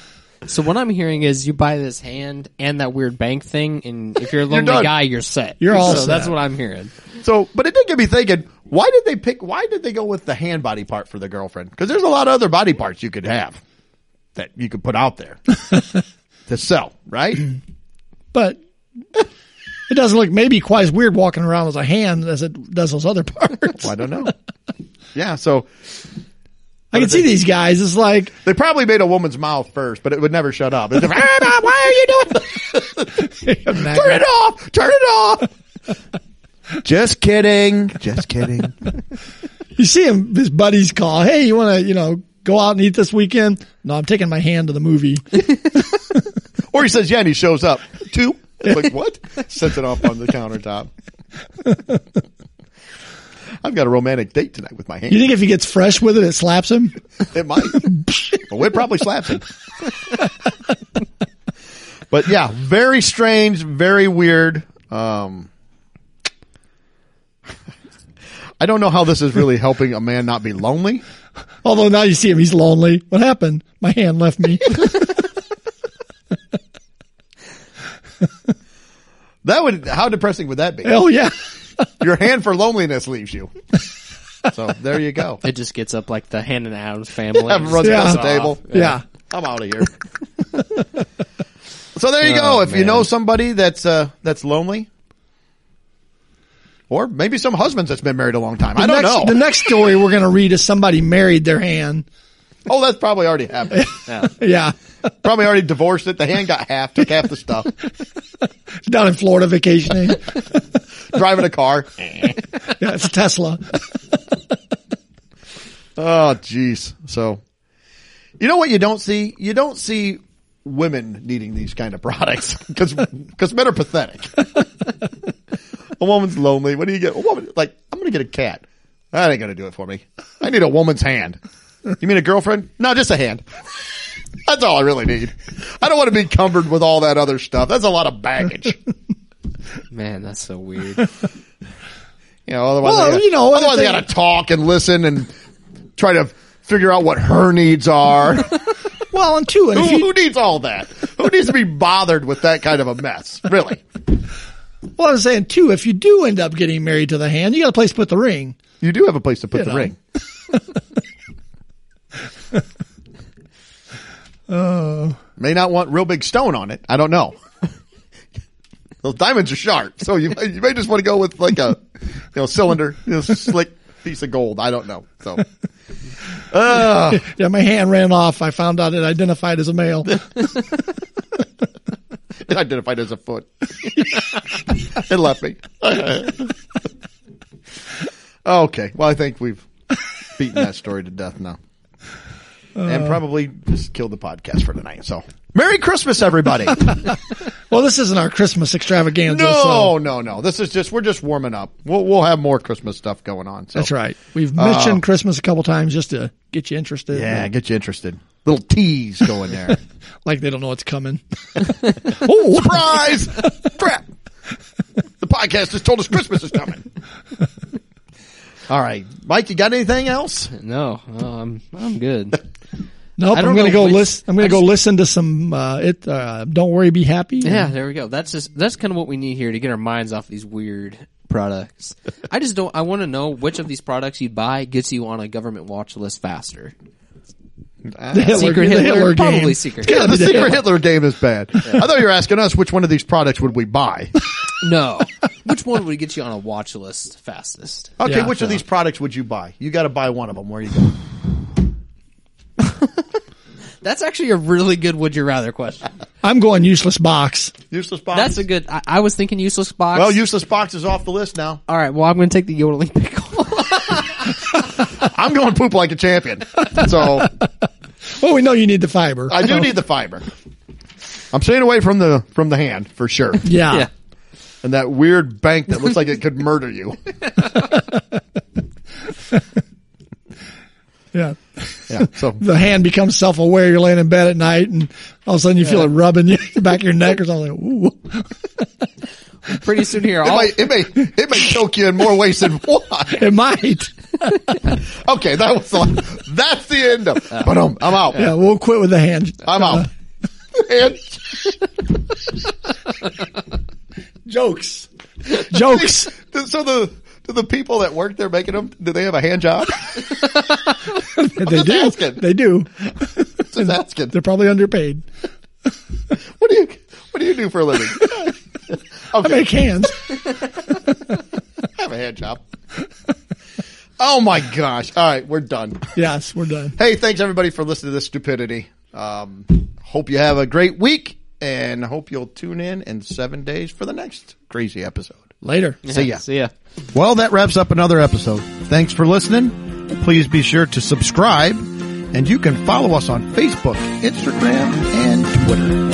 So what I'm hearing is you buy this hand and that weird bank thing, and if you're a lonely
done.
guy, you're set.
You're all
so
set.
That's what I'm hearing.
So, but it did get me thinking. Why did they pick? Why did they go with the hand body part for the girlfriend? Because there's a lot of other body parts you could have that you could put out there to sell, right?
but it doesn't look maybe quite as weird walking around with a hand as it does those other parts.
I don't know. Yeah, so
I can see these guys. It's like
They probably made a woman's mouth first, but it would never shut up. It's like, "Ah, Mom, why are you doing this? Turn it off! Turn it off! Just kidding. Just kidding.
you see him. His buddies call. Hey, you want to you know go out and eat this weekend? No, I'm taking my hand to the movie.
Or he says, yeah, and he shows up. Two. It's like, what? Sets it off on the countertop. I've got a romantic date tonight with my
You
hand.
think if he gets fresh with it, it slaps him?
It might. well, it probably slaps him. but yeah, very strange, very weird. Um, I don't know how this is really helping a man not be lonely.
Although now you see him, he's lonely. What happened? My hand left me.
That would how depressing would that be?
Hell Oh, yeah.
Your hand for loneliness leaves you. So there you go.
It just gets up like the hand and Adams family. and
Everyone's
just
across
Yeah.
the table.
Yeah.
I'm out of here. so there you go.
Oh,
If you know
man.
somebody that's uh that's lonely. Or maybe some husbands that's been married a long time. I don't
Next-
know.
The next story we're going to read is somebody married their hand.
oh, that's probably already happened.
Yeah.
probably already divorced it. The hand got half, took half the stuff.
Down in Florida vacationing.
Driving a car.
yeah, it's Tesla.
Oh, jeez. So, you know what you don't see? You don't see women needing these kind of products because men are pathetic. a woman's lonely. What do you get? A woman like I'm going to get a cat. That ain't going to do it for me. I need a woman's hand. You mean a girlfriend? No, just a hand. That's all I really need. I don't want to be cumbered with all that other stuff. That's a lot of baggage.
Man, that's so weird.
You know, otherwise,
Well,
they gotta,
you know,
otherwise they
anything-
got to talk and listen and try to figure out what her needs are.
Well, and two, and
Who,
if you,
who needs all that? Who needs to be bothered with that kind of a mess? Really?
well, I'm saying two, if you do end up getting married to the hand, you got a place to put the ring.
You do have a place to put
You
the
know.
ring.
Oh.
May not want real big stone on it. I don't know. Those diamonds are sharp, so you may, you may just want to go with like a you know cylinder, you know, slick piece of gold. I don't know. So
Yeah, my hand ran off. I found out it identified as a male.
it identified as a foot. it left me. okay. Well, I think we've beaten that story to death now. and probably just killed the podcast for tonight. So, Merry Christmas, everybody.
Well, this isn't our Christmas extravaganza.
no,
So
no, no. This is just, we're just warming up. We'll, we'll have more Christmas stuff going on. So.
that's right. We've mentioned Christmas a couple times just to get you interested.
Oh. Yeah, get you interested. Little tease going there.
Like they don't know what's coming. oh,
Surprise! Crap! The podcast just told us Christmas is coming. All right. Mike, you got anything else?
No, no, I'm I'm good.
Nope,
I
I'm
don't
going to
know
go
which-
listen. I'm going
I
to go
just-
listen to some. Uh, it. Uh, don't worry, be happy.
Yeah, there we go. That's just that's kind of what we need here to get our minds off these weird products. I just don't. I want to know which of these products you buy gets you on a government watch list faster.
the Hitler,
Secret
the
Hitler,
Hitler
probably
game.
secret.
Yeah, the
Hitler.
secret Hitler game is bad. I thought you were asking us which one of these products would we buy.
No, Which one would get you on a watch list fastest?
Okay,
Yeah.
which of these products would you buy? You got to buy one of them. Where are you going?
That's actually a really good would you rather question.
I'm going useless box.
Useless box.
That's a good. I, I was thinking useless box.
well, useless box is off the list now.
All right. Well, I'm going to take the yodeling pickle.
I'm going poop like a champion. So
Well, we know you need the fiber.
I do need the fiber. I'm staying away from the from the hand for sure,
Yeah.
yeah.
and that weird bank that looks like it could murder you.
Yeah.
Yeah. So
The hand becomes self aware. You're laying in bed at night and all of a sudden you feel it rubbing you the back of your neck or something. Ooh.
Pretty soon here.
it
I'll,
may it
Oh.
may it may choke you in more ways than one.
It might.
Okay, that was the, that's the end of. But um, I'm out.
Yeah. Uh, We'll quit with the hand.
I'm out. And
Jokes. Jokes.
so the do the people that work there making them do they have a hand job?
they
just
do.
asking.
They do.
Just asking.
They're probably underpaid.
What do you what do you do for a living?
I
Okay,
make hands.
I have a hand job. Oh my gosh! All right, we're done.
yes, we're done.
Hey, thanks everybody for listening to this stupidity. Um, hope you have a great week, and hope you'll tune in in seven days for the next crazy episode.
Later.
See ya.
See ya.
Well, that wraps up another episode. Thanks for listening. Please be sure to subscribe and you can follow us on Facebook, Instagram, and Twitter.